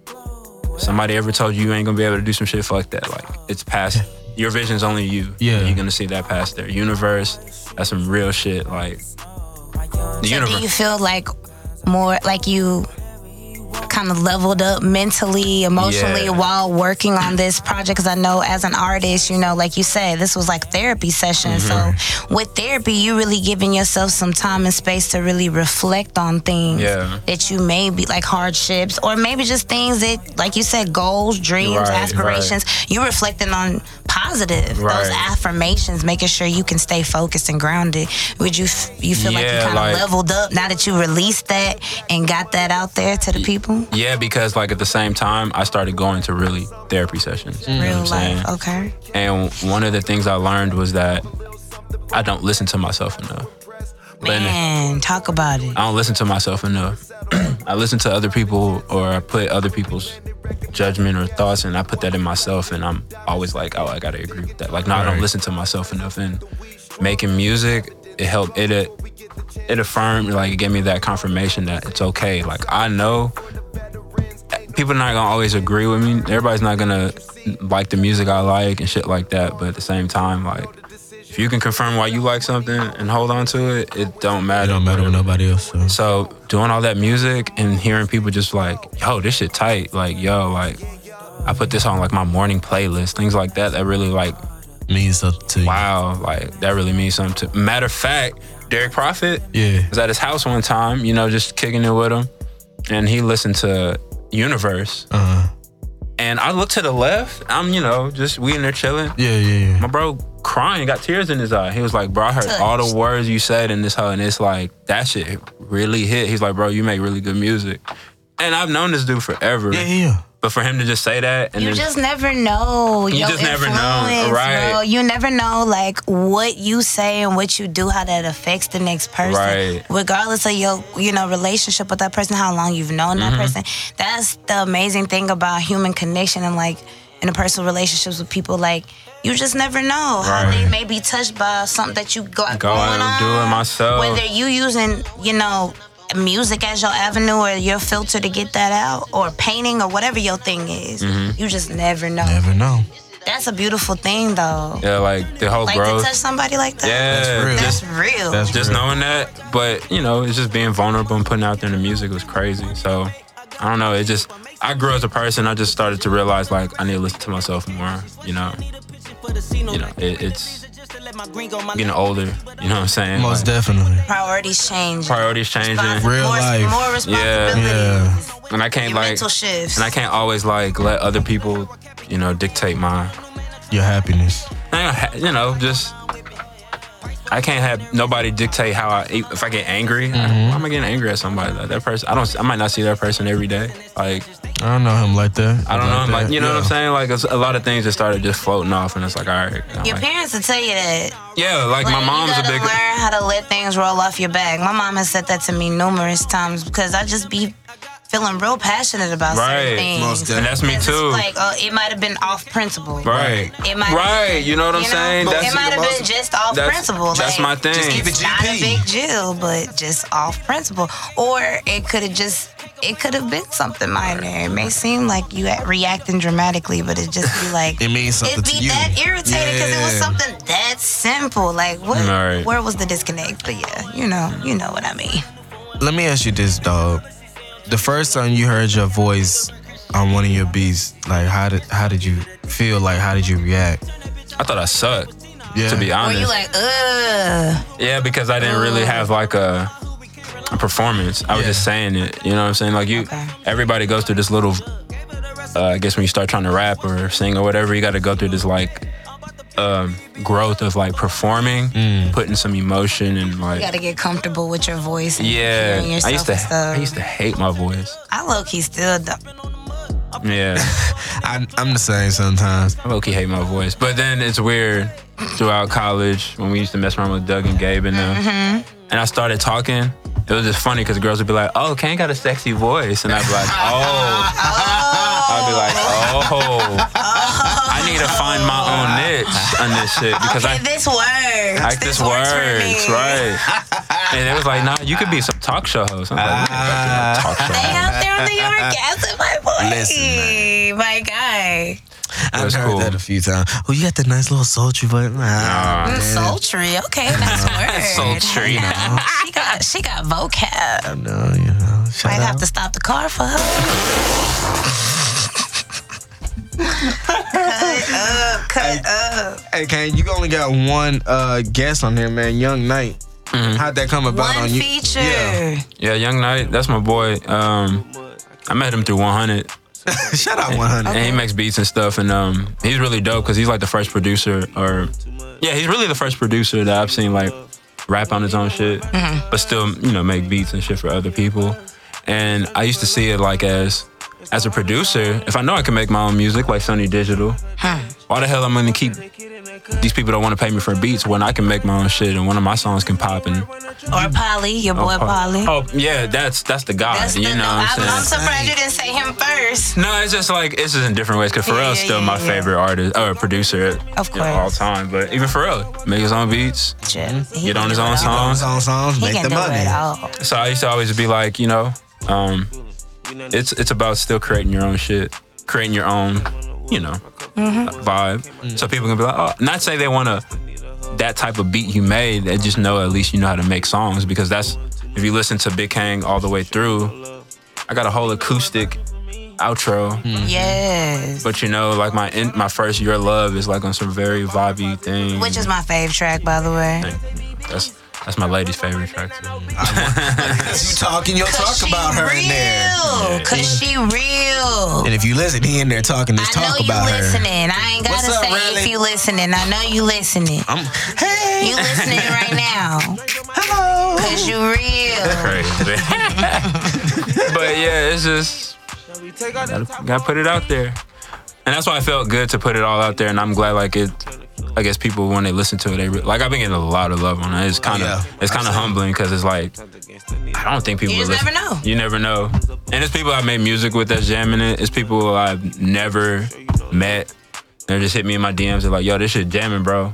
Speaker 3: somebody ever told you you ain't gonna be able to do some shit, fuck that. Like it's past your vision's only you.
Speaker 1: Yeah.
Speaker 3: You're gonna see that past their universe. That's some real shit. Like the
Speaker 2: Do you
Speaker 3: universe.
Speaker 2: feel like more like you kind of leveled up mentally, emotionally
Speaker 3: Yeah.
Speaker 2: while working on this project? Because I know as an artist, you know, like you said, this was like therapy session.
Speaker 3: Mm-hmm.
Speaker 2: So with therapy, you really giving yourself some time and space to really reflect on things
Speaker 3: Yeah.
Speaker 2: that you may be like hardships or maybe just things that, like you said, goals, dreams,
Speaker 3: Right, right.
Speaker 2: aspirations. You reflecting on positive those
Speaker 3: Right.
Speaker 2: affirmations, making sure you can stay focused and grounded. Would you f- you feel like you
Speaker 3: Yeah,
Speaker 2: kind of
Speaker 3: like-
Speaker 2: leveled up now that you released that and got that out there to the people?
Speaker 3: Yeah, because like at the same time, I started going to really therapy sessions. You know what
Speaker 2: Real
Speaker 3: I'm saying?
Speaker 2: life, okay.
Speaker 3: And one of the things I learned was that I don't listen to myself enough. But
Speaker 2: Man, talk about it.
Speaker 3: I don't listen to myself enough. I listen to other people or I put other people's judgment or thoughts and I put that in myself and I'm always like, oh, I gotta agree with that. Like, no, I don't
Speaker 1: Right.
Speaker 3: listen to myself enough. And making music, it helped, it, it, it affirmed, like, it gave me that confirmation that it's okay. Like, I know people not gonna always agree with me. Everybody's not gonna like the music I like and shit like that. But at the same time, like if you can confirm why you like something and hold on to it, it don't matter.
Speaker 1: It don't matter with nobody else. So.
Speaker 3: So doing all that music and hearing people just like, yo, this shit tight. Like, yo, like I put this on like my morning playlist, things like that. That really like,
Speaker 1: Means something to you.
Speaker 3: wow, like that really means something. To- Matter of fact, Derek Prophet,
Speaker 1: Yeah.
Speaker 3: was at his house one time, you know, just kicking it with him. And he listened to Universe.
Speaker 1: Uh.
Speaker 3: And I look to the left. I'm, you know, just we in there chilling.
Speaker 1: Yeah, yeah,
Speaker 3: My
Speaker 1: yeah.
Speaker 3: bro crying, got tears in his eye. He was like, bro, I heard all the words you said in this hoe, and it's like that shit really hit. He's like, bro, you make really good music. And I've known this dude forever.
Speaker 1: Yeah, yeah.
Speaker 3: But for him to just say that and
Speaker 2: you
Speaker 3: then,
Speaker 2: just never know.
Speaker 3: You
Speaker 2: your
Speaker 3: just never know,
Speaker 2: influence,
Speaker 3: right.
Speaker 2: bro. You never know like what you say and what you do, how that affects the next person.
Speaker 3: Right.
Speaker 2: Regardless of your, you know, relationship with that person, how long you've known
Speaker 3: Mm-hmm.
Speaker 2: that person. That's the amazing thing about human connection and like interpersonal relationships with people. Like you just never know how
Speaker 3: Right.
Speaker 2: they may be touched by something that you got
Speaker 3: Go out
Speaker 2: going
Speaker 3: and
Speaker 2: on.
Speaker 3: do it myself.
Speaker 2: Whether you using, you know, music as your avenue or your filter to get that out, or painting or whatever your thing is,
Speaker 3: Mm-hmm.
Speaker 2: you just never know.
Speaker 1: Never know.
Speaker 2: That's a beautiful thing, though.
Speaker 3: yeah, like the whole
Speaker 2: Like to
Speaker 3: growth.
Speaker 2: touch somebody like that.
Speaker 3: yeah,
Speaker 1: That's real.
Speaker 2: That's
Speaker 3: just
Speaker 2: real.
Speaker 1: That's
Speaker 3: just
Speaker 1: real.
Speaker 3: knowing that, but you know, it's just being vulnerable and putting out there in the music was crazy. So I don't know. It just I grew as a person. I just started to realize like I need to listen to myself more. You know, you know, it, it's getting older. You know what I'm saying?
Speaker 1: Most
Speaker 3: Like,
Speaker 1: definitely.
Speaker 2: Priorities change.
Speaker 3: priorities changing,
Speaker 1: Real
Speaker 2: more,
Speaker 1: life.
Speaker 2: More responsibilities.
Speaker 1: Yeah.
Speaker 3: and I can't
Speaker 2: Your
Speaker 3: like
Speaker 2: mental shifts.
Speaker 3: and I can't always like let other people you know dictate my
Speaker 1: Your happiness.
Speaker 3: I don't ha- you know, just I can't have nobody dictate how I if I get angry. I- why am I getting angry at somebody? Like that person, I don't. I might not see that person every day. Like
Speaker 1: I don't know him like that.
Speaker 3: I don't know. Like
Speaker 1: that.
Speaker 3: you know what I'm
Speaker 1: Yeah.
Speaker 3: saying? Like it's- a lot of things just started just floating off, and it's like all right. I'm
Speaker 2: your
Speaker 3: like-
Speaker 2: parents will tell you that.
Speaker 3: yeah, like
Speaker 2: Like,
Speaker 3: my mom's
Speaker 2: you
Speaker 3: a
Speaker 2: gotta
Speaker 3: big.
Speaker 2: learn how to let things roll off your back. My mom has said that to me numerous times because I just be feeling real passionate about
Speaker 3: Right.
Speaker 2: certain things.
Speaker 1: Most definitely.
Speaker 3: And that's me
Speaker 2: Because
Speaker 3: too.
Speaker 2: It's like, oh, it might have been off principle.
Speaker 3: right.
Speaker 2: It might
Speaker 3: Right. You know what I'm
Speaker 2: you know,
Speaker 3: saying?
Speaker 2: it might have been just off
Speaker 3: that's,
Speaker 2: principle.
Speaker 3: That's
Speaker 2: like,
Speaker 3: my thing.
Speaker 1: Just keep it
Speaker 2: Not a
Speaker 1: GP.
Speaker 2: big deal, but just off principle. Or it could have just, it could have been something minor. It may seem like you act- reacting dramatically, but it just be like,
Speaker 1: It means something
Speaker 2: it'd be
Speaker 1: to you.
Speaker 2: that irritating because it was
Speaker 1: Yeah.
Speaker 2: something that simple. Like, what?
Speaker 3: Right.
Speaker 2: Where was the disconnect? But yeah, you know, you know what I mean.
Speaker 1: Let me ask you this, dog. The first time you heard your voice on one of your beats, like how did how did you feel? Like how did you react?
Speaker 3: I thought I sucked.
Speaker 1: Yeah.
Speaker 3: To be honest.
Speaker 2: Were you like, ugh?
Speaker 3: Yeah, because I didn't really have like a, a performance. I was
Speaker 1: Yeah.
Speaker 3: just saying it. You know what I'm saying? Like you,
Speaker 2: Okay.
Speaker 3: everybody goes through this little. Uh, I guess when you start trying to rap or sing or whatever, you got to go through this like um, growth of like performing, putting some emotion and like.
Speaker 2: Mm. You gotta get comfortable with your voice. And
Speaker 3: yeah,
Speaker 2: hearing
Speaker 3: I
Speaker 2: yourself
Speaker 3: used to.
Speaker 2: and stuff.
Speaker 3: I used to hate my voice.
Speaker 2: I low key still don't.
Speaker 3: Yeah,
Speaker 1: I, I'm the same sometimes.
Speaker 3: I low key hate my voice. But then it's weird throughout college when we used to mess around with Doug and Gabe and them.
Speaker 2: Mm-hmm.
Speaker 3: And I started talking. It was just funny because girls would be like, "Oh, Kane got a sexy voice," and I'd be like, "Oh." I'd be like, oh, I need to find my own niche on this shit because
Speaker 2: okay,
Speaker 3: I
Speaker 2: this works.
Speaker 3: like this
Speaker 2: works for
Speaker 3: words,
Speaker 2: me.
Speaker 3: right? And it was like, nah, you could be some talk show host. I'm like,
Speaker 1: Ah.
Speaker 3: talk show
Speaker 2: They
Speaker 3: host.
Speaker 2: out there in New York gassing my boy,
Speaker 1: Listen,
Speaker 2: my guy.
Speaker 1: I've
Speaker 3: That's
Speaker 1: heard
Speaker 3: cool.
Speaker 1: that a few times. Oh, you got that nice little sultry voice. Nah,
Speaker 2: Mm,
Speaker 1: man.
Speaker 2: sultry, okay, that's word.
Speaker 3: Sultry.
Speaker 2: She got she got vocab.
Speaker 1: I know, you know. Shout
Speaker 2: Might have
Speaker 1: out.
Speaker 2: to stop the car for her. cut up, cut up.
Speaker 1: Hey, Kane, you only got one uh, guest on here, man. Young Knight.
Speaker 3: Mm-hmm.
Speaker 1: How'd that come about
Speaker 2: One
Speaker 1: on you?
Speaker 2: feature.
Speaker 1: Yeah.
Speaker 3: Yeah, Young Knight, that's my boy. Um, I met him through 100.
Speaker 1: Shout out 100.
Speaker 3: and he makes beats and stuff and um he's really dope because he's like the first producer or yeah he's really the first producer that i've seen like rap on his own shit
Speaker 2: Mm-hmm.
Speaker 3: but still you know make beats and shit for other people and i used to see it like as as a producer if i know i can make my own music like sony digital
Speaker 2: Hmm.
Speaker 3: why the hell i'm gonna keep these people don't want to pay me for beats when i can make my own shit and one of my songs can pop and
Speaker 2: Or Polly, your boy Polly.
Speaker 3: oh yeah that's that's the god
Speaker 2: That's
Speaker 3: you
Speaker 2: the,
Speaker 3: know
Speaker 2: no,
Speaker 3: what i'm
Speaker 2: I'm, I'm
Speaker 3: saying
Speaker 2: surprised you didn't say him first.
Speaker 3: no, it's just like it's just in different ways. Cause
Speaker 2: Yeah,
Speaker 3: Pharrell's
Speaker 2: yeah,
Speaker 3: still
Speaker 2: yeah,
Speaker 3: my
Speaker 2: yeah.
Speaker 3: favorite artist or producer,
Speaker 2: Of
Speaker 3: you know, all
Speaker 2: course.
Speaker 3: time. But even Pharrell make his own beats,
Speaker 2: Shit. He
Speaker 3: get
Speaker 2: can
Speaker 3: on his
Speaker 2: do
Speaker 3: own
Speaker 2: it all.
Speaker 3: songs.
Speaker 1: Songs, songs,
Speaker 2: He
Speaker 1: make
Speaker 2: can
Speaker 1: the
Speaker 2: do
Speaker 1: money.
Speaker 2: it all.
Speaker 3: So I used to always be like, you know, um, it's it's about still creating your own shit, creating your own, you know,
Speaker 2: Mm-hmm.
Speaker 3: vibe. So people can be like, oh, not say they want to that type of beat you made. They just know at least you know how to make songs because that's if you listen to Big Kang all the way through, I got a whole acoustic outro.
Speaker 2: Mm-hmm. Yes.
Speaker 3: But you know, like my in, my first Your Love is like on some very vibey thing.
Speaker 2: Which is my fave track, by the way.
Speaker 3: that's that's my lady's favorite track too.
Speaker 1: You talking, you'll talk
Speaker 2: she
Speaker 1: about her
Speaker 2: real,
Speaker 1: in there.
Speaker 2: Cause she real.
Speaker 1: And if you listen, he in there talking, just
Speaker 2: I know
Speaker 1: talk
Speaker 2: you
Speaker 1: about her.
Speaker 2: listening. I ain't gotta
Speaker 1: What's up,
Speaker 2: say
Speaker 1: Riley?
Speaker 2: if you listening. I know you listening.
Speaker 1: I'm, hey,
Speaker 2: You listening right now.
Speaker 1: hello.
Speaker 2: Cause you real.
Speaker 3: Crazy. but yeah, it's just Gotta, gotta put it out there. And that's why I felt good to put it all out there. And I'm glad like it. I guess people when they listen to it, they re- like I've been getting a lot of love on it. It's kind of
Speaker 1: Yeah,
Speaker 3: it's kind of
Speaker 1: absolutely.
Speaker 3: humbling because it's like I don't think people
Speaker 2: You just
Speaker 3: listen-
Speaker 2: never know.
Speaker 3: You never know. And it's people I've made music with that's jamming it. It's people I've never met. They just hit me in my DMs and like, yo, this shit jamming, bro.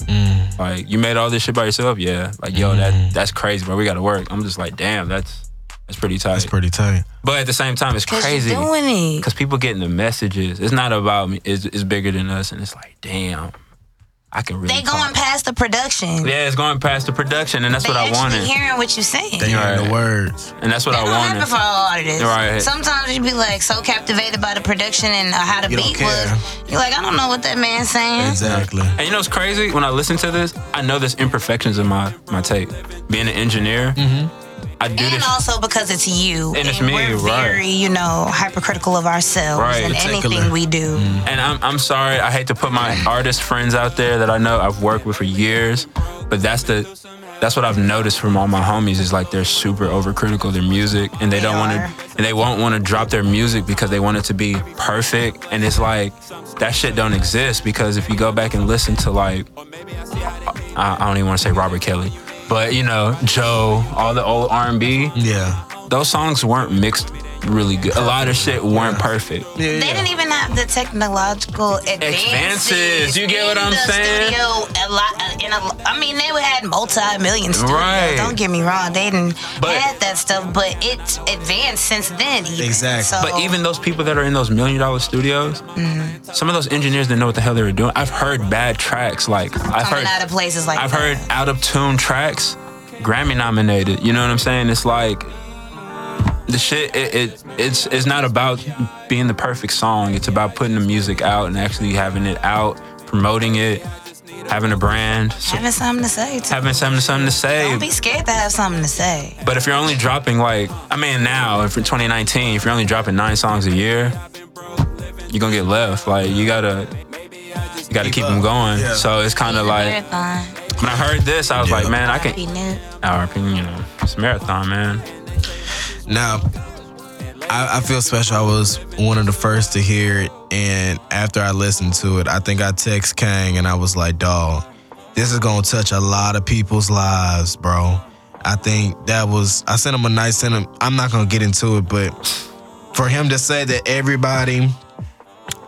Speaker 3: Like, you made all this shit by yourself? Yeah. Like, yo,
Speaker 4: Mm-hmm.
Speaker 3: that that's crazy, bro. We gotta work. I'm just like, damn, that's that's pretty tight.
Speaker 4: That's pretty tight.
Speaker 3: but at the same time, it's
Speaker 2: Cause
Speaker 3: crazy
Speaker 2: you're doing it.
Speaker 3: because people getting the messages. It's not about me. It's, it's bigger than us, and it's like, damn, I can really.
Speaker 2: They
Speaker 3: talk.
Speaker 2: going past the production.
Speaker 3: Yeah, it's going past the production, and that's
Speaker 2: They
Speaker 3: what I
Speaker 2: actually
Speaker 3: wanted,
Speaker 2: hearing what you're saying.
Speaker 4: They
Speaker 3: You're
Speaker 4: hearing
Speaker 3: right.
Speaker 4: the words.
Speaker 3: and that's what I
Speaker 2: That don't happen
Speaker 3: wanted.
Speaker 2: for a lot of this.
Speaker 3: Right.
Speaker 2: Sometimes you'd be like so captivated by the production and uh, how the
Speaker 1: You don't
Speaker 2: beat
Speaker 1: care.
Speaker 2: was. You're like, I don't know what that man's saying.
Speaker 1: Exactly.
Speaker 3: And you know what's crazy? When I listen to this, I know there's imperfections in my my tape. Being an engineer,
Speaker 4: Mm-hmm.
Speaker 3: I do
Speaker 2: And
Speaker 3: this.
Speaker 2: also because it's you.
Speaker 3: And it's me,
Speaker 2: we're
Speaker 3: right.
Speaker 2: Very, you know, hypercritical of ourselves
Speaker 3: Right. Mm.
Speaker 2: and anything
Speaker 1: Particular.
Speaker 2: we do.
Speaker 3: and I'm, I'm sorry, I hate to put my artist friends out there that I know I've worked with for years, but that's the that's what I've noticed from all my homies is like they're super overcritical of their music and they,
Speaker 2: They
Speaker 3: don't want
Speaker 2: are.
Speaker 3: to and they won't want to drop their music because they want it to be perfect and it's like that shit don't exist because if you go back and listen to like I, I don't even want to say Robert Kelly, but you know Joe, all the old R&B,
Speaker 1: Yeah.
Speaker 3: those songs weren't mixed really good. A lot of shit weren't perfect.
Speaker 1: Yeah.
Speaker 2: They
Speaker 1: yeah.
Speaker 2: didn't even have the technological advances.
Speaker 3: Advances, you get what
Speaker 2: in
Speaker 3: I'm
Speaker 2: the
Speaker 3: saying?
Speaker 2: Studio, a lot, in a, I mean, they had multi-million studios.
Speaker 3: Right.
Speaker 2: Don't get me wrong, they didn't
Speaker 3: But-
Speaker 2: have that stuff, but it's advanced since then. Even.
Speaker 1: Exactly.
Speaker 2: So,
Speaker 3: But even those people that are in those million dollar studios, some of those engineers didn't know what the hell they were doing. I've heard bad tracks like I've
Speaker 2: coming
Speaker 3: heard
Speaker 2: out of places like
Speaker 3: I've
Speaker 2: that.
Speaker 3: heard out of tune tracks, Grammy nominated. You know what I'm saying? It's like the shit. It, it it's it's not about being the perfect song. It's about putting the music out and actually having it out, promoting it, having a brand, so-
Speaker 2: having something to say. Too.
Speaker 3: having something something to say.
Speaker 2: Don't be scared to have something to say.
Speaker 3: But if you're only dropping like, I mean, now if in 2019, if you're only dropping nine songs a year, you're gonna get left. Like you gotta, you gotta keep them
Speaker 1: up.
Speaker 3: going.
Speaker 1: Yeah.
Speaker 3: So it's kind of like
Speaker 2: Marathon.
Speaker 3: when I heard this, I was like, man, I
Speaker 2: Be
Speaker 3: can.
Speaker 2: new.
Speaker 3: Our opinion, you know, it's a marathon, man.
Speaker 1: Now, I, I feel special. I was one of the first to hear it, and after I listened to it, I think I text Kang and I was like, "Dog, this is gonna touch a lot of people's lives, bro." I think that was. I sent him a nice sentiment. I'm not gonna get into it, but for him to say that everybody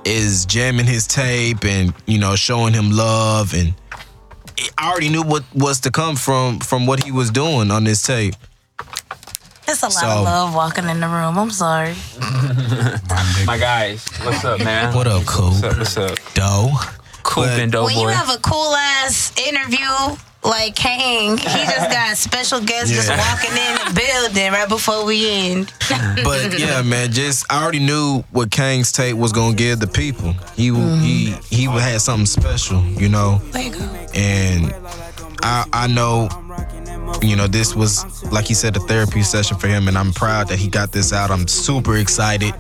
Speaker 1: is jamming his tape and you know showing him love and I already knew what was to come from from what he was doing on this tape.
Speaker 2: It's a lot
Speaker 1: So-
Speaker 2: of love walking in the room. I'm sorry.
Speaker 3: My guys, what's up, man?
Speaker 1: What up, cool?
Speaker 3: What's up? What's up?
Speaker 1: Doe.
Speaker 3: Coop
Speaker 1: But-
Speaker 3: and dope
Speaker 2: when you
Speaker 3: Oh, boy.
Speaker 2: have a cool ass interview like Kang, he just got special guests just
Speaker 1: Yeah.
Speaker 2: walking in the building right before we end.
Speaker 1: But yeah, man, just I already knew what Kang's tape was gonna give the people. He he he had something special, you know.
Speaker 2: There you go.
Speaker 1: uh, And I I know, you know, this was like he said a therapy session for him, and I'm proud that he got this out. I'm super excited.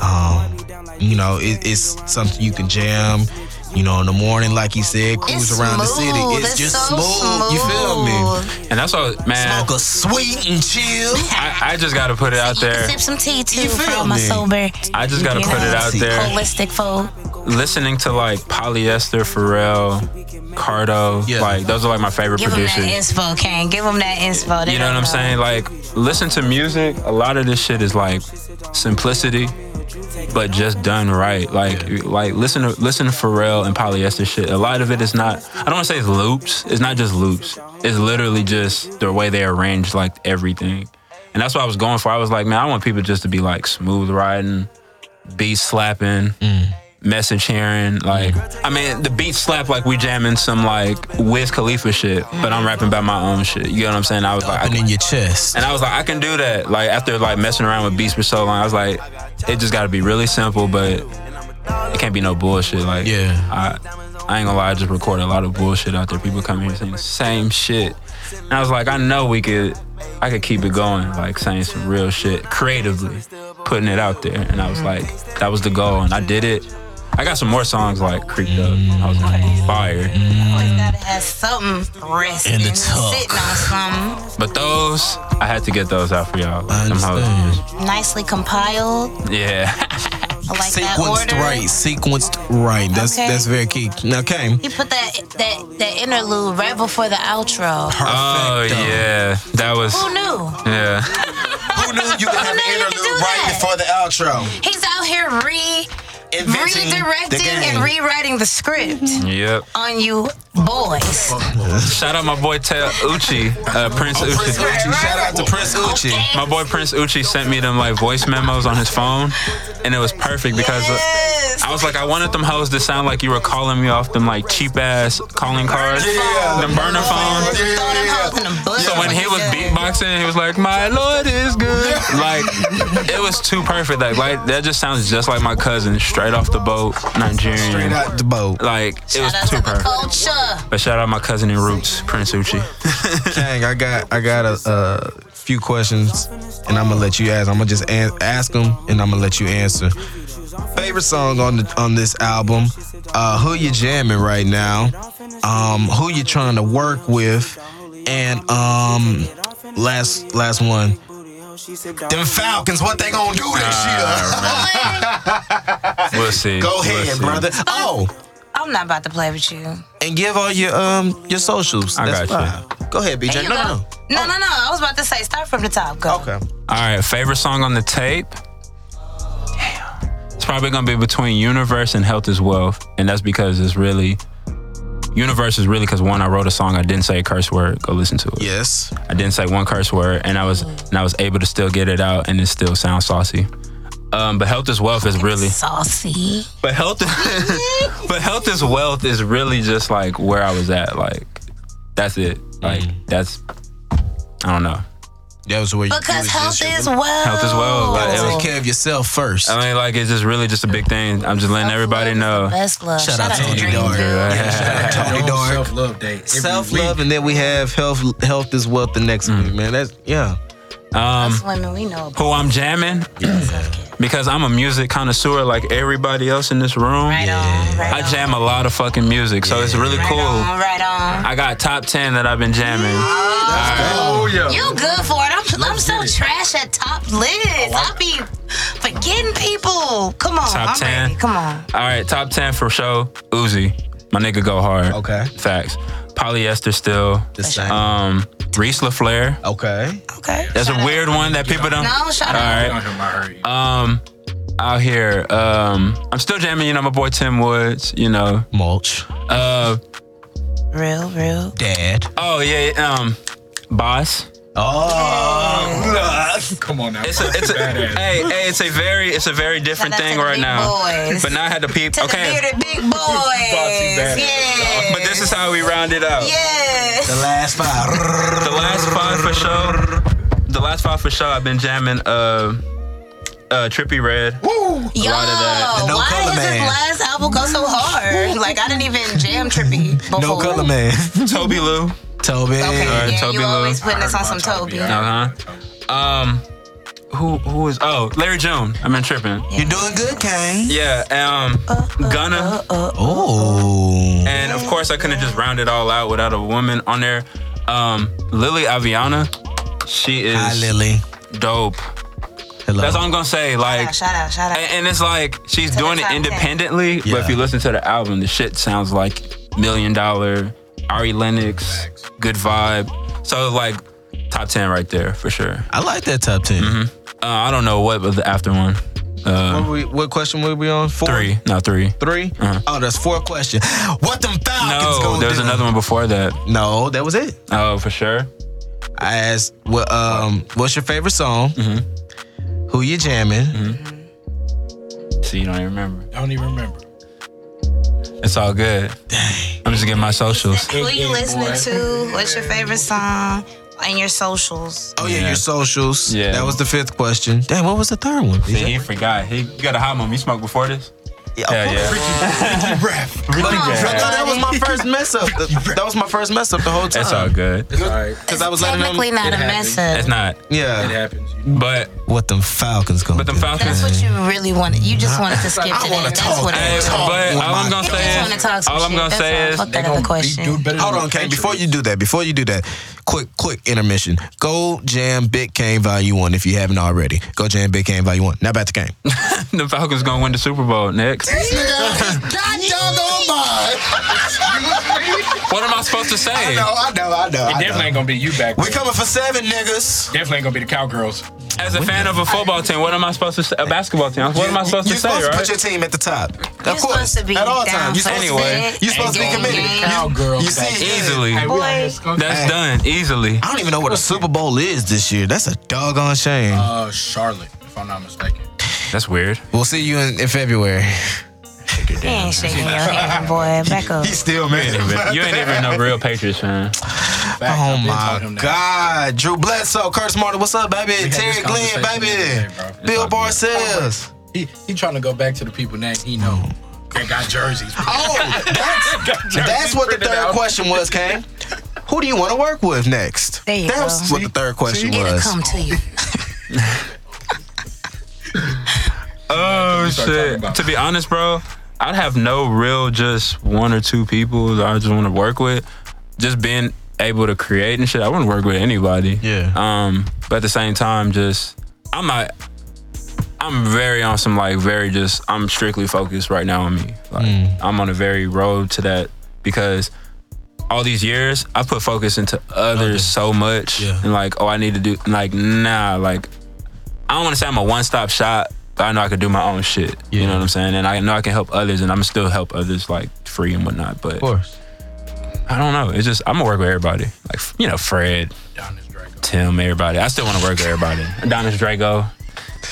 Speaker 1: Um, you know, it, it's something you can jam. You know, in the morning, like he said, cruise
Speaker 2: It's
Speaker 1: around the city.
Speaker 2: smooth.
Speaker 1: It's,
Speaker 2: It's
Speaker 1: just
Speaker 2: so
Speaker 1: smooth. You feel me?
Speaker 2: smooth.
Speaker 3: and that's all, man.
Speaker 1: Smoke a sweet and chill.
Speaker 3: I, I just gotta put it out
Speaker 2: You
Speaker 3: there.
Speaker 2: can sip some tea too
Speaker 1: You
Speaker 2: for
Speaker 1: feel
Speaker 2: all my
Speaker 1: me?
Speaker 2: sober.
Speaker 3: I just gotta
Speaker 2: you
Speaker 3: put it
Speaker 2: know,
Speaker 3: out there.
Speaker 2: Holistic folk.
Speaker 3: Listening to like Polyester, Pharrell, Cardo,
Speaker 1: Yeah.
Speaker 3: like those are like my favorite
Speaker 2: Give them
Speaker 3: producers.
Speaker 2: that info, Kang. Give them that info. They
Speaker 3: You know what
Speaker 2: don't
Speaker 3: I'm saying? Like, listen to music. A lot of this shit is like simplicity, but just done right. Like, like listen to listen to Pharrell and Polyester shit. A lot of it is not. I don't want to say it's loops. It's not just loops. It's literally just the way they arrange like everything, and that's what I was going for. I was like, man, I want people just to be like smooth riding, beat slapping. Message hearing, like, I mean, the beat slap like we jamming some like Wiz Khalifa shit, but I'm rapping about my own shit. You know what I'm saying? I was like, I
Speaker 1: And in your chest.
Speaker 3: and I was like, I can do that. Like after like messing around with beats for so long, I was like, it just got to be really simple, but it can't be no bullshit. Like,
Speaker 1: Yeah.
Speaker 3: I, I ain't gonna lie, I just record a lot of bullshit out there. People come here saying the same shit, and I was like, I know we could, I could keep it going, like saying some real shit creatively, putting it out there. And I was like, that was the goal, and I did it. I got some more songs like creeped up. I was like fire,
Speaker 2: Always gotta have something risky.
Speaker 1: In the tuck.
Speaker 2: Sitting on
Speaker 3: but those I had to get those out for y'all.
Speaker 1: I
Speaker 3: Them hoes
Speaker 1: understand.
Speaker 3: is-
Speaker 2: something nicely compiled.
Speaker 3: Yeah,
Speaker 2: I like that
Speaker 1: Sequenced
Speaker 2: order.
Speaker 1: right, sequenced right. That's
Speaker 2: Okay.
Speaker 1: that's very key. Now, Kane.
Speaker 2: He put that that that interlude right before the outro.
Speaker 3: oh
Speaker 1: Perfecto.
Speaker 3: yeah, that was
Speaker 2: Who knew?
Speaker 3: yeah.
Speaker 4: Who knew you could have an
Speaker 2: knew you could do
Speaker 4: interlude right
Speaker 2: that?
Speaker 4: before the outro?
Speaker 2: He's out here re
Speaker 4: Inventing the
Speaker 2: redirecting
Speaker 4: game.
Speaker 2: and rewriting the script
Speaker 3: Yep.
Speaker 2: on you boys.
Speaker 3: Shout out my boy Ted Uchi, uh, Prince
Speaker 4: Prince
Speaker 3: Uchi.
Speaker 4: Uchi, shout out to Prince Uchi.
Speaker 3: My boy Prince Uchi sent me them like voice memos on his phone, and it was perfect because uh,
Speaker 2: Yes.
Speaker 3: I was like, I wanted them hoes to sound like you were calling me off them like cheap ass calling cards,
Speaker 4: Yeah.
Speaker 3: them burner
Speaker 2: Throw
Speaker 3: phones.
Speaker 2: them
Speaker 4: Yeah.
Speaker 2: hoes in the bush.
Speaker 3: So when he was beatboxing, he was like, "My Lord is good." Like, it was too perfect. Like, like that just sounds just like my cousin, straight off the boat,
Speaker 1: Straight
Speaker 3: Nigerian.
Speaker 1: out the boat.
Speaker 3: Like, it was
Speaker 2: Shout out
Speaker 3: too
Speaker 2: to the
Speaker 3: perfect.
Speaker 2: culture.
Speaker 3: But shout out my cousin in Roots, Prince Uchi.
Speaker 1: Kang, I got I got a, uh few questions, and I'm gonna let you ask. I'm gonna just an- ask them, and I'm gonna let you answer. Favorite song on the, on this album? Uh, who you jamming right now? Um, who you trying to work with? And um, last last one. Them Falcons, what they gonna do this year?
Speaker 3: We'll see.
Speaker 1: Go
Speaker 3: We'll
Speaker 1: ahead,
Speaker 3: see.
Speaker 1: brother. Oh,
Speaker 2: I'm not about to play with you.
Speaker 1: and give all your um your socials.
Speaker 3: I
Speaker 1: That's
Speaker 3: got
Speaker 1: fine. Go ahead,
Speaker 2: Here
Speaker 1: BJ.
Speaker 2: you
Speaker 1: No,
Speaker 2: go.
Speaker 1: no,
Speaker 2: no, no, no. I was about to say, start from the top. Go.
Speaker 1: no. Okay.
Speaker 3: All right, favorite song on the tape. Damn, it's probably gonna be between Universe and Health is Wealth, and that's because it's really Universe is really because one, I wrote a song I didn't say a curse word. Go listen to it.
Speaker 1: Yes.
Speaker 3: I didn't say one curse word, and I was and I was able to still get it out, and it still sounds saucy. Um, but Health is Wealth is really
Speaker 2: Saucy.
Speaker 3: but health, but health is wealth is really just like where I was at. Like that's it. Like that's I don't know.
Speaker 1: That was where you- you
Speaker 2: Because
Speaker 1: was
Speaker 2: health
Speaker 1: just your-
Speaker 2: is well.
Speaker 3: Health is well, but it
Speaker 1: Take
Speaker 3: was-
Speaker 1: care of yourself first.
Speaker 3: I mean, like it's just really just a big thing. I'm just letting everybody know.
Speaker 2: Best love.
Speaker 1: Shout out Tony
Speaker 2: Dream
Speaker 1: Dawg.
Speaker 2: Girl.
Speaker 1: Yeah, Tony Dark.
Speaker 4: Self love day.
Speaker 1: Self love, and then we have health. Health is wealth. The next week, man. That's yeah.
Speaker 3: Um,
Speaker 2: Us women, we know about
Speaker 3: who I'm jamming
Speaker 2: self-care.
Speaker 3: because I'm a music connoisseur like everybody else in this room.
Speaker 2: Right on. Right
Speaker 3: I
Speaker 2: on.
Speaker 3: jam a lot of fucking music, so it's really
Speaker 2: Right
Speaker 3: cool.
Speaker 2: on. Right on.
Speaker 3: I got top ten that I've been jamming.
Speaker 4: Oh, yeah.
Speaker 2: You good for it. I'm, I'm so trash at top
Speaker 3: Oh,
Speaker 2: lists. I be forgetting people. Come on.
Speaker 3: Top
Speaker 2: I'm
Speaker 3: 10.
Speaker 2: ready. Come on.
Speaker 3: All right, top ten for show. Uzi, my nigga, go hard.
Speaker 1: Okay.
Speaker 3: Facts. Polyester still.
Speaker 1: The same.
Speaker 3: Um, Reese LaFleur.
Speaker 1: Uh, okay.
Speaker 2: Okay.
Speaker 3: That's a
Speaker 2: Shout
Speaker 3: weird one that people don't.
Speaker 2: out. No, shout
Speaker 3: All
Speaker 2: out.
Speaker 3: right. Um, out here. Um, I'm still jamming. You know, my boy Tim Woods. You know.
Speaker 1: Mulch.
Speaker 3: Uh,
Speaker 2: Real, real.
Speaker 1: Dad.
Speaker 3: oh yeah. yeah, Um, Boss.
Speaker 1: Oh.
Speaker 4: Come on now.
Speaker 3: It's a, it's a, hey, hey, it's a very, it's a very different
Speaker 2: Shout out
Speaker 3: thing
Speaker 2: to the
Speaker 3: right
Speaker 2: big
Speaker 3: now.
Speaker 2: boys.
Speaker 3: But now I had to peep.
Speaker 2: To the
Speaker 3: Okay.
Speaker 2: bearded big boys.
Speaker 4: badass.
Speaker 2: yeah.
Speaker 3: But this is how we round it out.
Speaker 1: The
Speaker 2: Yes.
Speaker 1: last five.
Speaker 3: The last five for sure. The last five for sure. I've been jamming. Uh, uh, Trippy Red.
Speaker 2: Yo,
Speaker 3: lot of that.
Speaker 1: The No
Speaker 2: why
Speaker 1: Color
Speaker 2: does
Speaker 1: Man.
Speaker 2: this last album go so hard? Like, I didn't even jam trippy before.
Speaker 1: No color man.
Speaker 3: Toby Lou.
Speaker 1: Toby.
Speaker 2: Okay,
Speaker 3: Alright,
Speaker 2: yeah,
Speaker 3: Toby
Speaker 2: you
Speaker 3: Lou.
Speaker 2: always putting us on some Toby.
Speaker 3: Uh huh. Um, who who is? Oh, Larry June. I've been tripping.
Speaker 1: You're doing good, Kane.
Speaker 3: Yeah. Um,
Speaker 2: Uh,
Speaker 3: Gunna.
Speaker 1: Oh.
Speaker 3: And of course, I couldn't just round it all out without a woman on there. Um, Lily Aviana. She is
Speaker 1: Hi, Lily.
Speaker 3: dope.
Speaker 1: Hello.
Speaker 3: That's all I'm gonna say. Like,
Speaker 2: Shout out, shout out.
Speaker 3: and, and it's like she's
Speaker 2: the
Speaker 3: doing it
Speaker 2: top ten.
Speaker 3: independently. But
Speaker 1: Yeah.
Speaker 3: if you listen to the album, the shit sounds like Million Dollar, Ari Lennox, Good Vibe. So like, top ten right there for sure.
Speaker 1: I like that top 10
Speaker 3: Uh, I don't know what was the after one. Uh,
Speaker 1: Mm-hmm. What, we, what question were we on? Four.
Speaker 3: three, no three.
Speaker 1: 3 Oh, that's four questions. What them Falcons
Speaker 3: Uh-huh. No,
Speaker 1: gonna
Speaker 3: there's
Speaker 1: do?
Speaker 3: another one before that.
Speaker 1: No, that was it.
Speaker 3: Oh, for sure.
Speaker 1: I asked, what, um, what's your favorite song?
Speaker 3: Mm-hmm.
Speaker 1: Who you jamming?
Speaker 3: See, you don't even remember.
Speaker 4: I don't even remember.
Speaker 3: It's all good. I'm just getting my socials.
Speaker 2: Who you listening to? What's your favorite song? And your socials.
Speaker 1: Oh yeah,
Speaker 3: Yeah.
Speaker 1: your socials.
Speaker 3: Yeah.
Speaker 1: That was the fifth question. Dang, what was the third one?
Speaker 3: See, he forgot. He you got a hot mom. You smoked before this? Yeah, yeah.
Speaker 4: Ricky Rap.
Speaker 1: But
Speaker 4: Ricky
Speaker 1: no,
Speaker 4: Rap.
Speaker 1: that was my first mess up. That was my first mess up the whole time.
Speaker 3: That's all good.
Speaker 4: All right.
Speaker 1: Because I was letting them.
Speaker 2: Technically not
Speaker 4: It
Speaker 2: a
Speaker 4: happens.
Speaker 2: mess up.
Speaker 3: It's not.
Speaker 4: It
Speaker 1: Yeah.
Speaker 4: happens.
Speaker 3: But
Speaker 1: What them Falcons going?
Speaker 3: but them Falcons.
Speaker 2: That's what you really wanted. You just wanted to skip
Speaker 1: I
Speaker 2: today.
Speaker 1: wanna
Speaker 2: That's
Speaker 1: talk.
Speaker 2: what
Speaker 3: Hey,
Speaker 2: it
Speaker 1: Talk
Speaker 3: but
Speaker 1: with
Speaker 3: all I'm
Speaker 1: my
Speaker 3: gonna
Speaker 1: guys.
Speaker 3: say
Speaker 2: I just wanna
Speaker 3: is,
Speaker 2: talk
Speaker 3: all I'm
Speaker 2: some
Speaker 3: gonna
Speaker 2: shit.
Speaker 3: say
Speaker 2: That's
Speaker 3: is,
Speaker 2: all. Fuck that other question.
Speaker 4: do better
Speaker 1: Hold
Speaker 4: than
Speaker 1: on,
Speaker 4: the
Speaker 1: Kane. Before you
Speaker 4: Patriots.
Speaker 1: do that, before you do that, quick, quick intermission. Go jam Big Kane Volume One if you haven't already. Go jam Big Kane Volume One. Now back to Kane.
Speaker 3: the Falcons gonna win the Super Bowl next. What am I supposed to say?
Speaker 1: I know, I know.
Speaker 4: It definitely ain't gonna be you back.
Speaker 1: We
Speaker 4: there.
Speaker 1: coming for seven niggas.
Speaker 4: Definitely ain't gonna be the cowgirls.
Speaker 3: As a fan of a football team, what am I supposed to say? A basketball team. What am I supposed
Speaker 1: you
Speaker 3: to say,
Speaker 1: supposed to
Speaker 3: right?
Speaker 1: put your team at the top.
Speaker 2: You're
Speaker 1: of course,
Speaker 2: supposed to be
Speaker 1: at all
Speaker 2: down
Speaker 1: times. You
Speaker 2: for
Speaker 1: supposed
Speaker 2: the
Speaker 1: to be, you supposed to be
Speaker 2: big
Speaker 1: committed.
Speaker 2: game.
Speaker 1: You-
Speaker 4: Cowgirls
Speaker 1: You see,
Speaker 4: back.
Speaker 3: Easily.
Speaker 4: Hey, we
Speaker 2: Boy.
Speaker 4: on this country.
Speaker 3: That's done easily.
Speaker 1: I don't even know what a Super Bowl is this year. That's a doggone shame.
Speaker 4: uh, Charlotte, if I'm not mistaken.
Speaker 3: That's weird.
Speaker 1: we'll see you in, in February.
Speaker 2: He ain't shaking your hand, boy. Back up.
Speaker 1: He's still mad. about
Speaker 3: You ain't
Speaker 1: that.
Speaker 3: even no real Patriots fan.
Speaker 4: Fact,
Speaker 1: Oh
Speaker 4: I've been told
Speaker 1: my
Speaker 4: him that.
Speaker 1: God, Drew Bledsoe, Curtis Martin, what's up, baby?
Speaker 4: had
Speaker 1: Terry
Speaker 4: this
Speaker 1: Glenn,
Speaker 4: conversation the
Speaker 1: baby.
Speaker 4: other day, bro.
Speaker 1: Bill
Speaker 3: It's all
Speaker 1: Barcells.
Speaker 4: He he trying to go back to the people name he know that got jerseys.
Speaker 1: Oh, that's that's what the
Speaker 4: printed
Speaker 1: third
Speaker 4: out.
Speaker 1: question was, Kane. Who do you want to work with next?
Speaker 2: There you
Speaker 1: that
Speaker 2: go.
Speaker 1: was what the third question
Speaker 2: It'll
Speaker 1: was.
Speaker 2: come to you.
Speaker 3: Oh
Speaker 4: start talking
Speaker 3: shit.
Speaker 4: about-
Speaker 3: To be honest, bro, I'd have no real just one or two people that I just want to work with. Just being able to create and shit. I wouldn't work with anybody.
Speaker 1: Yeah.
Speaker 3: Um, but at the same time, just I'm not I'm very on some like very just I'm strictly focused right now on me. Like
Speaker 1: Hmm.
Speaker 3: I'm on a very road to that because all these years I put focus into others so much
Speaker 1: Yeah.
Speaker 3: and like oh I need to do like nah like I don't want to say I'm a one stop shop but I know I could do my own shit. You
Speaker 1: Yeah.
Speaker 3: know what I'm saying? And I know I can help others and I'm still help others like free and whatnot. But
Speaker 1: course.
Speaker 3: I don't know. It's just I'm gonna work with everybody. Like you know Fred,
Speaker 4: Adonis Drago.
Speaker 3: Tim, everybody. I still want to work with everybody. Adonis Drago,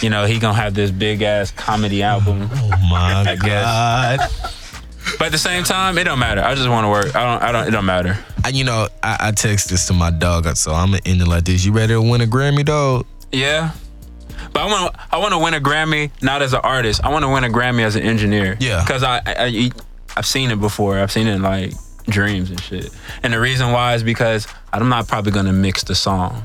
Speaker 3: you know, he gonna have this big ass comedy album.
Speaker 1: Oh my
Speaker 3: guess.
Speaker 1: God.
Speaker 3: But at the same time, it don't matter. I just want to work. I don't. I don't. It don't matter.
Speaker 1: I, you know, I, I text this to my dog, so I'm gonna end it like this. You ready to win a Grammy, dog?
Speaker 3: Yeah. But I want. I want to win a Grammy not as an artist. I want to win a Grammy as an engineer.
Speaker 1: Yeah.
Speaker 3: Because I, I, I, I've seen it before. I've seen it in like dreams and shit. And the reason why is because I'm not probably gonna mix the song.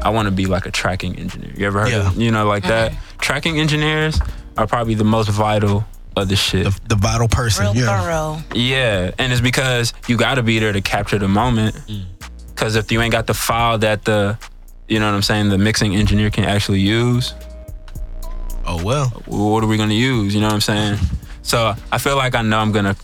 Speaker 3: I want to be like a tracking engineer. You ever heard
Speaker 1: Yeah.
Speaker 3: of you know like that? Tracking engineers are probably the most vital of the shit.
Speaker 1: The, the vital person.
Speaker 2: Real
Speaker 1: yeah.
Speaker 2: thorough.
Speaker 3: Yeah, and it's because you got to be there to capture the moment.
Speaker 1: Mm.
Speaker 3: Because if you ain't got the file that the, you know what I'm saying, the mixing engineer can actually use,
Speaker 1: Oh well.
Speaker 3: wh- what are we gonna use? You know what I'm saying? So I feel like I know I'm gonna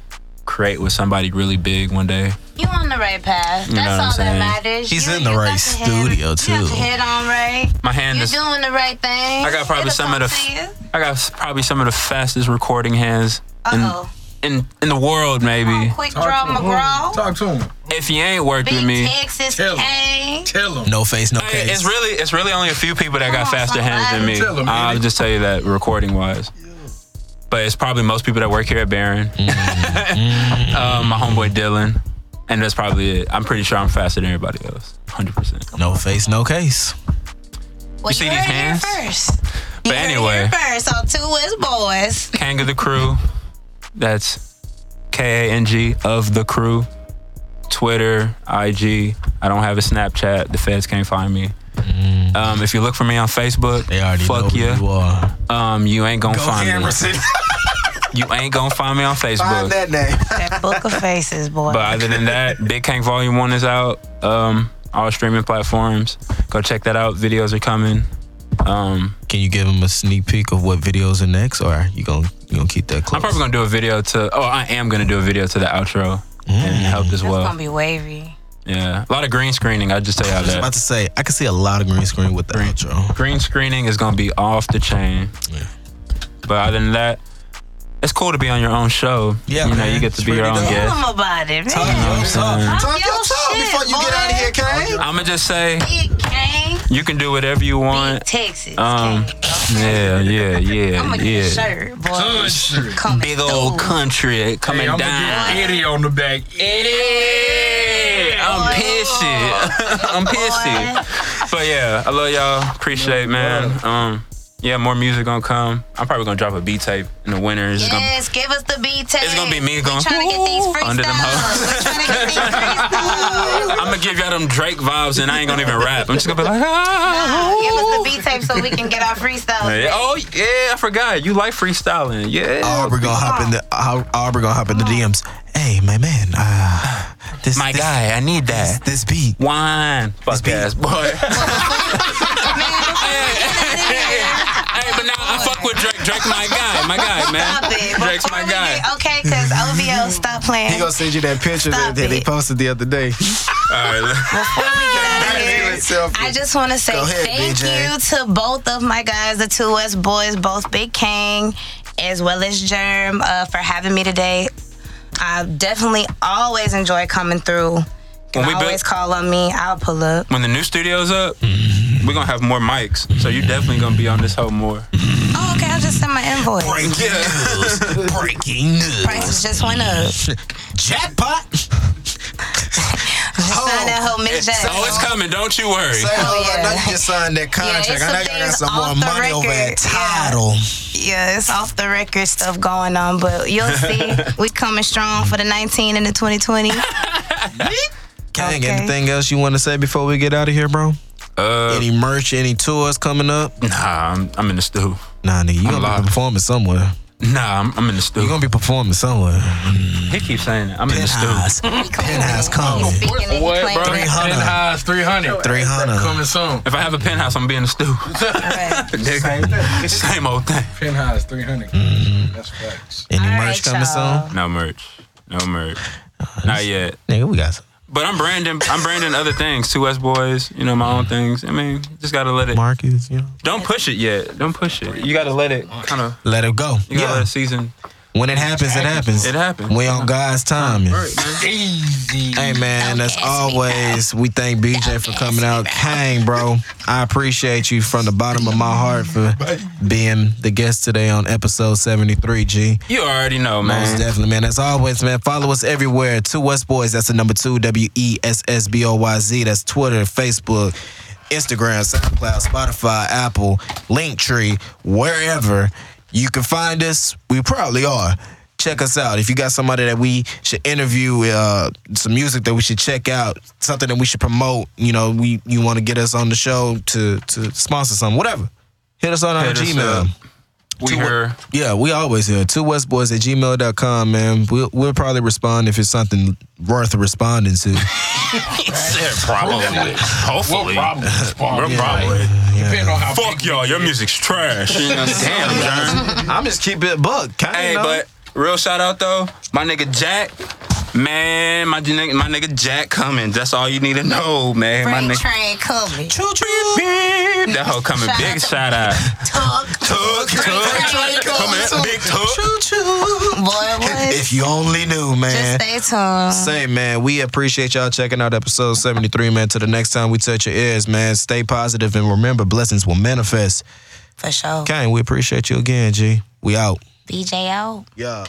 Speaker 3: create with somebody really big one day.
Speaker 2: You on the right path. That's
Speaker 3: know what I'm
Speaker 2: all
Speaker 3: saying?
Speaker 2: that matters.
Speaker 1: He's
Speaker 2: you,
Speaker 1: in the
Speaker 2: you got
Speaker 1: right
Speaker 2: your
Speaker 1: studio,
Speaker 2: head, You
Speaker 1: too.
Speaker 2: got your head on right.
Speaker 3: My hand
Speaker 2: You're
Speaker 3: is.
Speaker 2: doing the right thing.
Speaker 3: I got probably
Speaker 2: It'll
Speaker 3: some of
Speaker 2: come
Speaker 3: the-
Speaker 2: to you.
Speaker 3: I got s- probably some of the fastest recording hands
Speaker 2: Uh-oh.
Speaker 3: in in in the world, maybe.
Speaker 2: Quick draw McGraw.
Speaker 4: Talk to him.
Speaker 3: If you ain't worked with me.
Speaker 2: Big Texas
Speaker 4: Tell 'em.
Speaker 2: King.
Speaker 4: Tell him.
Speaker 1: No face, no
Speaker 3: Hey,
Speaker 1: case.
Speaker 3: it's really it's really only a few people that got
Speaker 2: Come on,
Speaker 3: faster hands than
Speaker 4: somebody. Tell 'em,
Speaker 3: me. I'll
Speaker 4: man.
Speaker 3: just tell you that recording wise. But it's probably most people that work here at Barron.
Speaker 4: Mm.
Speaker 3: um, my homeboy Dylan. And that's probably it. I'm pretty sure I'm faster than everybody else. 100%.
Speaker 1: no face, no case.
Speaker 2: Well,
Speaker 3: see
Speaker 2: you
Speaker 3: these
Speaker 2: heard it here
Speaker 3: hands?
Speaker 2: first.
Speaker 3: But anyway,
Speaker 2: First, on two is boys.
Speaker 3: Kang of the Crew. That's K A N G of the Crew. Twitter, IG. I don't have a Snapchat. The feds can't find me. Um, if you look for me on Facebook,
Speaker 1: Mm. They already know
Speaker 3: fuck
Speaker 1: who
Speaker 3: yeah.
Speaker 1: you are.
Speaker 3: Um, you ain't gonna
Speaker 1: Go
Speaker 3: find me.
Speaker 1: Hammer City.
Speaker 3: You ain't gonna find me on
Speaker 1: Find
Speaker 3: Facebook.
Speaker 1: that name.
Speaker 2: That book of faces, boy.
Speaker 3: But other than that, Big Kang Volume One is out. Um, all streaming platforms. Go check that out. Videos are coming. Um,
Speaker 1: Can you give them a sneak peek of what videos are next, or you gonna you gonna keep that close?
Speaker 3: I'm probably gonna do a video to. Oh, I am gonna do a video to the outro and
Speaker 1: Mm.
Speaker 3: help as
Speaker 2: That's
Speaker 3: well.
Speaker 2: gonna be wavy.
Speaker 3: yeah, a lot of green screening. I just tell
Speaker 1: I was
Speaker 3: you
Speaker 1: about
Speaker 3: that.
Speaker 1: to say I can see a lot of green screen with the outro.
Speaker 3: Green screening is gonna be off the chain.
Speaker 1: Yeah.
Speaker 3: But other than that, it's cool to be on your own show.
Speaker 1: Yeah,
Speaker 3: you know,
Speaker 1: man.
Speaker 3: you get to
Speaker 1: It's
Speaker 3: be your
Speaker 1: pretty
Speaker 3: own
Speaker 1: dope.
Speaker 3: guest.
Speaker 2: Tell 'em about it,
Speaker 1: Talk,
Speaker 2: man.
Speaker 1: talk, talk,
Speaker 3: Talk
Speaker 1: talk,
Speaker 2: your
Speaker 1: talk
Speaker 2: shit,
Speaker 1: before you get
Speaker 2: boy.
Speaker 1: out of here, Kane.
Speaker 3: I'ma just say
Speaker 2: Big King,
Speaker 3: you can do whatever you
Speaker 2: Big
Speaker 3: want.
Speaker 2: Texas
Speaker 3: Um,
Speaker 2: King.
Speaker 3: Yeah, yeah, yeah,
Speaker 2: I'm gonna get a
Speaker 3: yeah.
Speaker 2: shirt, boy.
Speaker 4: Country.
Speaker 2: Coming
Speaker 3: big old
Speaker 2: through.
Speaker 3: country coming
Speaker 4: Hey, I'm
Speaker 3: down.
Speaker 4: gonna get Eddie on the back.
Speaker 3: Idiot. I'm
Speaker 2: Boy.
Speaker 3: pissy. I'm pissy. But yeah, I love y'all. Appreciate, man. Um, yeah, more music gonna come. I'm probably gonna drop a B tape in the winter. It's just gonna
Speaker 2: Yes, give us the beat tape.
Speaker 3: It's gonna be me going,
Speaker 2: We're trying to get these
Speaker 3: "Ooh,"
Speaker 2: freestyles.
Speaker 3: under them hoes.
Speaker 2: We're trying to get these freestyles.
Speaker 3: I'm gonna give y'all them Drake vibes, and I ain't gonna even rap. I'm just gonna be like, ah.
Speaker 2: Give us the beat tape so we can get our freestyles.
Speaker 3: Hey, Oh yeah, I forgot. You like freestyling, yeah?
Speaker 1: Aubrey gonna hop in the Au- Aubrey gonna hop in the DMs. Hey, my man, uh, this
Speaker 3: My
Speaker 1: this,
Speaker 3: guy, I need
Speaker 1: this,
Speaker 3: that
Speaker 1: this beat.
Speaker 3: wine. Fuck
Speaker 1: beat.
Speaker 3: ass boy. hey,
Speaker 2: Man,
Speaker 3: hey, but now I fuck with Drake. Drake, my guy, my guy, man.
Speaker 2: stop it. Before
Speaker 3: Drake's my
Speaker 2: we
Speaker 3: guy.
Speaker 2: Get, okay, because OVO, stop playing.
Speaker 1: He gonna send you that picture that,
Speaker 2: Stop
Speaker 1: that he
Speaker 2: it.
Speaker 1: posted the other day.
Speaker 3: All right,
Speaker 2: Before we get out of here, I just want to say
Speaker 1: Go ahead,
Speaker 2: thank
Speaker 1: BJ.
Speaker 2: you to both of my guys, the two West boys, both Big Kang as well as Germ, uh, for having me today. I definitely always enjoy coming through. You Can
Speaker 3: When we built-
Speaker 2: always call on me. I'll pull up.
Speaker 3: when the new studio's up, we're gonna have more mics, so you're definitely gonna be on this hoe more.
Speaker 2: Oh, okay. I'll just send my invoice.
Speaker 1: news! Breaking news!
Speaker 2: Prices just went up.
Speaker 1: Jackpot!
Speaker 2: Just
Speaker 1: Oh,
Speaker 2: sign that whole Mick Jackson.
Speaker 3: Oh, it's coming. Don't you worry.
Speaker 1: Oh, I know
Speaker 2: yeah.
Speaker 1: you just signed that contract.
Speaker 2: it's
Speaker 1: I know
Speaker 2: some
Speaker 1: y'all got some
Speaker 2: things
Speaker 1: more
Speaker 2: off the
Speaker 1: money over that
Speaker 2: record. Yeah.
Speaker 1: title.
Speaker 2: Yeah, it's off the record stuff going on, but you'll see we coming strong for the 19 and the 2020.
Speaker 1: Kang,
Speaker 2: Okay.
Speaker 1: anything else you want to say before we get out of here, bro?
Speaker 3: Uh,
Speaker 1: Any merch, any tours coming up?
Speaker 3: nah, I'm, I'm in the stew.
Speaker 1: Nah, nigga, you gonna
Speaker 3: live.
Speaker 1: be performing somewhere.
Speaker 3: Nah, I'm, I'm in the stew.
Speaker 1: You gonna be performing somewhere.
Speaker 3: He keeps saying that. I'm in the
Speaker 1: Penthouse.
Speaker 3: stew.
Speaker 1: Penthouse comedy.
Speaker 2: Speaking of
Speaker 4: What,
Speaker 2: playing
Speaker 4: bro?
Speaker 2: right.
Speaker 1: 300.
Speaker 4: 300. 300.
Speaker 1: 300.
Speaker 4: Coming soon.
Speaker 3: If I have a penthouse, I'm gonna be in the stew. Same old thing.
Speaker 4: Penthouse 300.
Speaker 3: Mm-hmm.
Speaker 4: That's facts.
Speaker 1: Any
Speaker 2: All
Speaker 1: merch
Speaker 2: right,
Speaker 1: coming
Speaker 2: y'all.
Speaker 1: soon?
Speaker 3: No merch. No merch.
Speaker 1: Uh,
Speaker 3: Not yet.
Speaker 1: Nigga, we got some.
Speaker 3: But I'm branding. I'm branding other things. Two S boys. You know my own things. I mean, just gotta let it.
Speaker 1: Marcus, you know.
Speaker 3: Don't push it yet. Don't push it. You gotta let it. Kind of.
Speaker 1: Let it go.
Speaker 3: You gotta let
Speaker 1: Yeah.
Speaker 3: it season.
Speaker 1: When it happens, it happens.
Speaker 3: It happens.
Speaker 1: We on God's timing.
Speaker 4: Easy.
Speaker 1: Hey man, as
Speaker 2: ask me
Speaker 1: always, we thank BJ for coming out. Kang, bro, I appreciate you from the bottom of my heart for being the guest today on episode 73, G.
Speaker 3: You already know,
Speaker 1: Most
Speaker 3: man.
Speaker 1: definitely, man. As always, man, follow us everywhere. Two West Boys, that's the number two, W E S S B O Y Z. That's Twitter, Facebook, Instagram, SoundCloud, Spotify, Apple, Linktree, wherever you can find us. We probably are. Check us out. If you got somebody that we should interview, uh, some music that we should check out, something that we should promote, you know, we you want to get us on the show to to sponsor something, whatever. Hit us on our
Speaker 3: Hit us
Speaker 1: Gmail.
Speaker 3: up. We here.
Speaker 1: Yeah, we always here. Two Westboys at gmail.com, man. We'll, we'll probably respond if it's something worth responding to.
Speaker 3: Yeah, Probably.
Speaker 4: What
Speaker 3: Hopefully.
Speaker 4: problem?
Speaker 3: We're probably.
Speaker 4: Depending on how
Speaker 3: Fuck y'all. Your music's trash. You know, Damn, Jern.
Speaker 1: I'm just keeping it buck. Kinda,
Speaker 3: Hey,
Speaker 1: you know?
Speaker 3: but real shout out though, my nigga Jack. Man, my nigga, my nigga Jack Cummins. That's all you need to know, man. My
Speaker 2: Freight
Speaker 3: nigga,
Speaker 2: train coming.
Speaker 1: Choo choo.
Speaker 3: that hoe coming.
Speaker 2: Shout
Speaker 3: Big
Speaker 2: out to-
Speaker 3: shout out.
Speaker 2: Talk,
Speaker 3: Tug, tug, coming. Big tug.
Speaker 1: Choo choo.
Speaker 2: boy, what?
Speaker 1: If you only knew,
Speaker 2: Just uh-huh.
Speaker 1: man.
Speaker 2: stay tuned.
Speaker 1: Say, man, we appreciate y'all checking out episode 73, man. Till the next time we touch your ears, man, stay positive and remember blessings will manifest.
Speaker 2: For sure.
Speaker 1: Kane, we appreciate you again, G. We out.
Speaker 2: BJ out.
Speaker 1: Yeah.